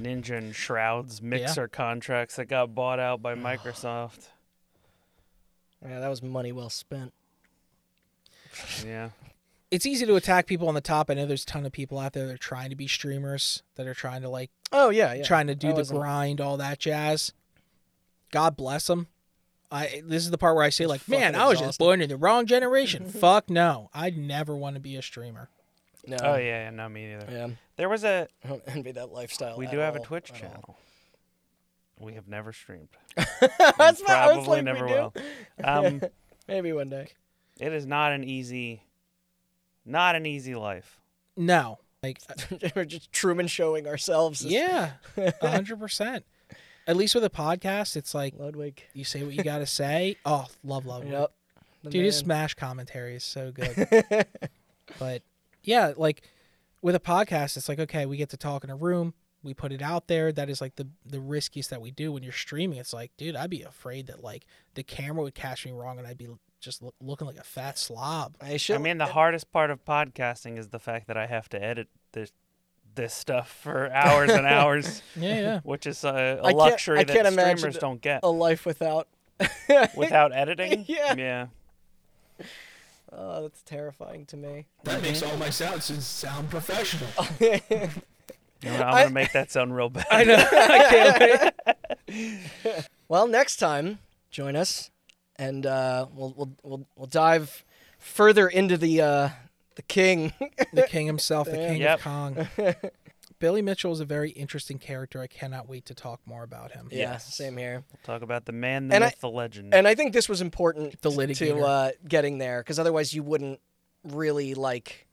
Speaker 3: Ninja and Shroud's mixer contracts that got bought out by Microsoft.
Speaker 1: yeah, that was money well spent.
Speaker 3: yeah.
Speaker 2: it's easy to attack people on the top. I know there's a ton of people out there that are trying to be streamers, that are trying to like,
Speaker 1: Oh yeah, yeah.
Speaker 2: trying to
Speaker 1: I
Speaker 2: do the
Speaker 1: wasn't-
Speaker 2: grind, all that jazz. God bless them. I, this is the part where I say, like,
Speaker 1: fucking
Speaker 2: man, I was just
Speaker 1: exhausting.
Speaker 2: born in the wrong generation. Fuck no. I'd never want to be a streamer.
Speaker 1: No.
Speaker 3: Oh yeah, yeah, no me neither.
Speaker 1: Yeah.
Speaker 3: There was a
Speaker 1: I don't envy that lifestyle.
Speaker 3: We
Speaker 1: Oh, at
Speaker 3: do have a
Speaker 1: all,
Speaker 3: Twitch
Speaker 1: at all.
Speaker 3: channel. We have never streamed.
Speaker 1: That's
Speaker 3: And
Speaker 1: what I was
Speaker 3: probably
Speaker 1: like.
Speaker 3: never
Speaker 1: we do.
Speaker 3: will. Um,
Speaker 1: Maybe one day.
Speaker 3: it is not an easy, not an easy life.
Speaker 2: No. Like,
Speaker 1: We're just Truman showing ourselves. as
Speaker 2: yeah, 100%. At least with a podcast, it's like,
Speaker 1: Ludwig.
Speaker 2: You say what you gotta say. Oh, love, love, love.
Speaker 1: Yep. The
Speaker 2: dude. His
Speaker 1: man.
Speaker 2: Smash commentary is so good. but yeah, like with a podcast, it's like okay, we get to talk in a room, we put it out there. That is like the the riskiest that we do when you're streaming. It's like, dude, I'd be afraid that like the camera would catch me wrong and I'd be just look, looking like a fat slob.
Speaker 1: I should.
Speaker 3: I mean, the hardest part of podcasting is the fact that I have to edit this, this stuff for hours and hours,
Speaker 2: Yeah, yeah.
Speaker 3: which is a,
Speaker 1: I
Speaker 3: a
Speaker 1: can't-
Speaker 3: luxury
Speaker 1: I
Speaker 3: that
Speaker 1: can't imagine
Speaker 3: streamers don't get
Speaker 1: a life without.
Speaker 3: without editing.
Speaker 1: Yeah.
Speaker 3: yeah.
Speaker 1: oh, that's terrifying to me.
Speaker 4: That makes all my sounds sound professional.
Speaker 3: You know, I'm
Speaker 1: I-
Speaker 3: gonna make that sound real bad.
Speaker 2: I know. I can't wait.
Speaker 1: Well, next time, join us, and uh, we'll, we'll we'll we'll dive further into the uh, the king.
Speaker 2: The king himself, the king
Speaker 3: Yep.
Speaker 2: of Kong. Billy Mitchell is a very interesting character. I cannot wait to talk more about him.
Speaker 1: Yeah,
Speaker 3: Yes.
Speaker 1: same here.
Speaker 3: We'll talk about the man, the
Speaker 1: And I-
Speaker 3: myth, the legend.
Speaker 1: And I think this was important
Speaker 2: Mm. The
Speaker 1: to
Speaker 2: litigator.
Speaker 1: uh, getting there because otherwise you wouldn't really like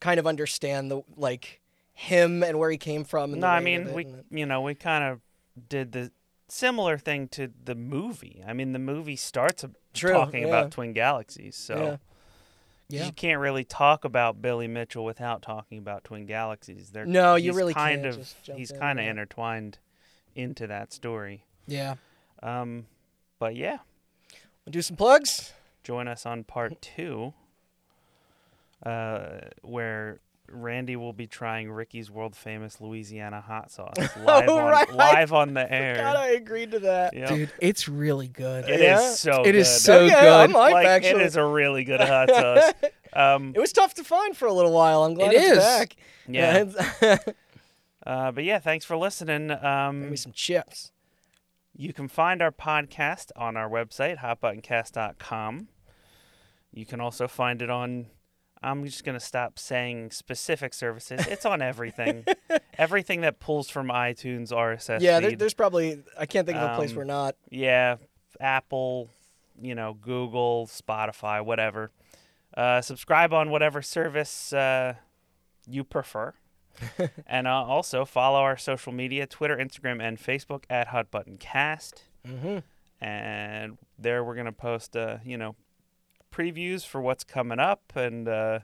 Speaker 1: kind of understand the like him and where he came from. And the
Speaker 3: no, I
Speaker 1: weight of
Speaker 3: mean
Speaker 1: it
Speaker 3: we,
Speaker 1: and-
Speaker 3: you know, we kind of did the similar thing to the movie. I mean, the movie starts ab-
Speaker 1: True,
Speaker 3: talking
Speaker 1: yeah.
Speaker 3: about twin galaxies, so.
Speaker 1: Yeah.
Speaker 2: Yeah.
Speaker 3: You can't really talk about Billy Mitchell without talking about Twin Galaxies. They're,
Speaker 1: No, you
Speaker 3: he's
Speaker 1: really
Speaker 3: kind
Speaker 1: can't
Speaker 3: of
Speaker 1: just jump
Speaker 3: he's
Speaker 1: in,
Speaker 3: kind of
Speaker 1: yeah.
Speaker 3: intertwined into that story.
Speaker 2: Yeah.
Speaker 3: Um, but yeah,
Speaker 1: We'll do some plugs.
Speaker 3: join us on part two, uh, where Randy will be trying Ricky's world famous Louisiana hot sauce live on
Speaker 1: Oh, right.
Speaker 3: live on the air.
Speaker 1: God, I agreed to that. Oh,
Speaker 3: Yep.
Speaker 2: Dude, it's really good.
Speaker 3: It is
Speaker 1: Yeah.
Speaker 3: so.
Speaker 2: It is
Speaker 3: good.
Speaker 2: so
Speaker 1: Okay,
Speaker 2: good.
Speaker 1: I'm hyped,
Speaker 3: Like,
Speaker 1: actually.
Speaker 3: it is a really good hot sauce. Um,
Speaker 1: It was tough to find for a little while. I'm glad
Speaker 2: It
Speaker 1: it's
Speaker 2: is.
Speaker 1: back.
Speaker 3: yeah.
Speaker 1: Yeah,
Speaker 3: Uh, but yeah, thanks for listening. Um,
Speaker 2: Mm.
Speaker 1: Maybe some chips.
Speaker 3: You can find our podcast on our website, hotbuttoncast.com. You can also find it on, I'm just going to stop saying specific services. It's on everything. everything that pulls from iTunes, RSS.
Speaker 1: Yeah, there,
Speaker 3: feed.
Speaker 1: there's probably I can't think of a place
Speaker 3: Um,
Speaker 1: we're not.
Speaker 3: yeah, Apple, you know, Google, Spotify, whatever. Uh, subscribe on whatever service uh, you prefer. and uh, also follow our social media Twitter, Instagram, and Facebook at Hot Button Cast
Speaker 1: Mm-hmm.
Speaker 3: and there we're gonna post uh, you know previews for what's coming up and uh,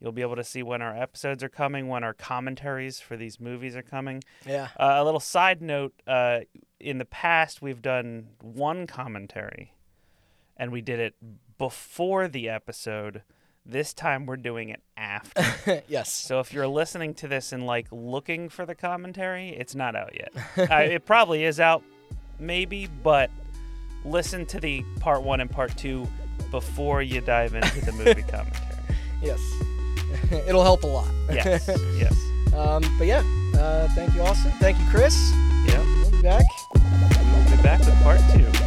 Speaker 3: you'll be able to see when our episodes are coming when our commentaries for these movies are coming
Speaker 1: Yeah.
Speaker 3: uh, a little side note uh, in the past we've done one commentary and we did it before the episode this time we're doing it after
Speaker 1: yes.
Speaker 3: so if you're listening to this and like looking for the commentary, it's not out yet. uh, it probably is out, maybe, but listen to the part one and part two before you dive into the movie commentary.
Speaker 1: Yes. It'll help a lot.
Speaker 3: Yes, yes,
Speaker 1: Um, but yeah, uh, thank you, Austin. Thank you, Chris.
Speaker 3: yeah.
Speaker 1: We'll be back.
Speaker 3: We'll be back with part two.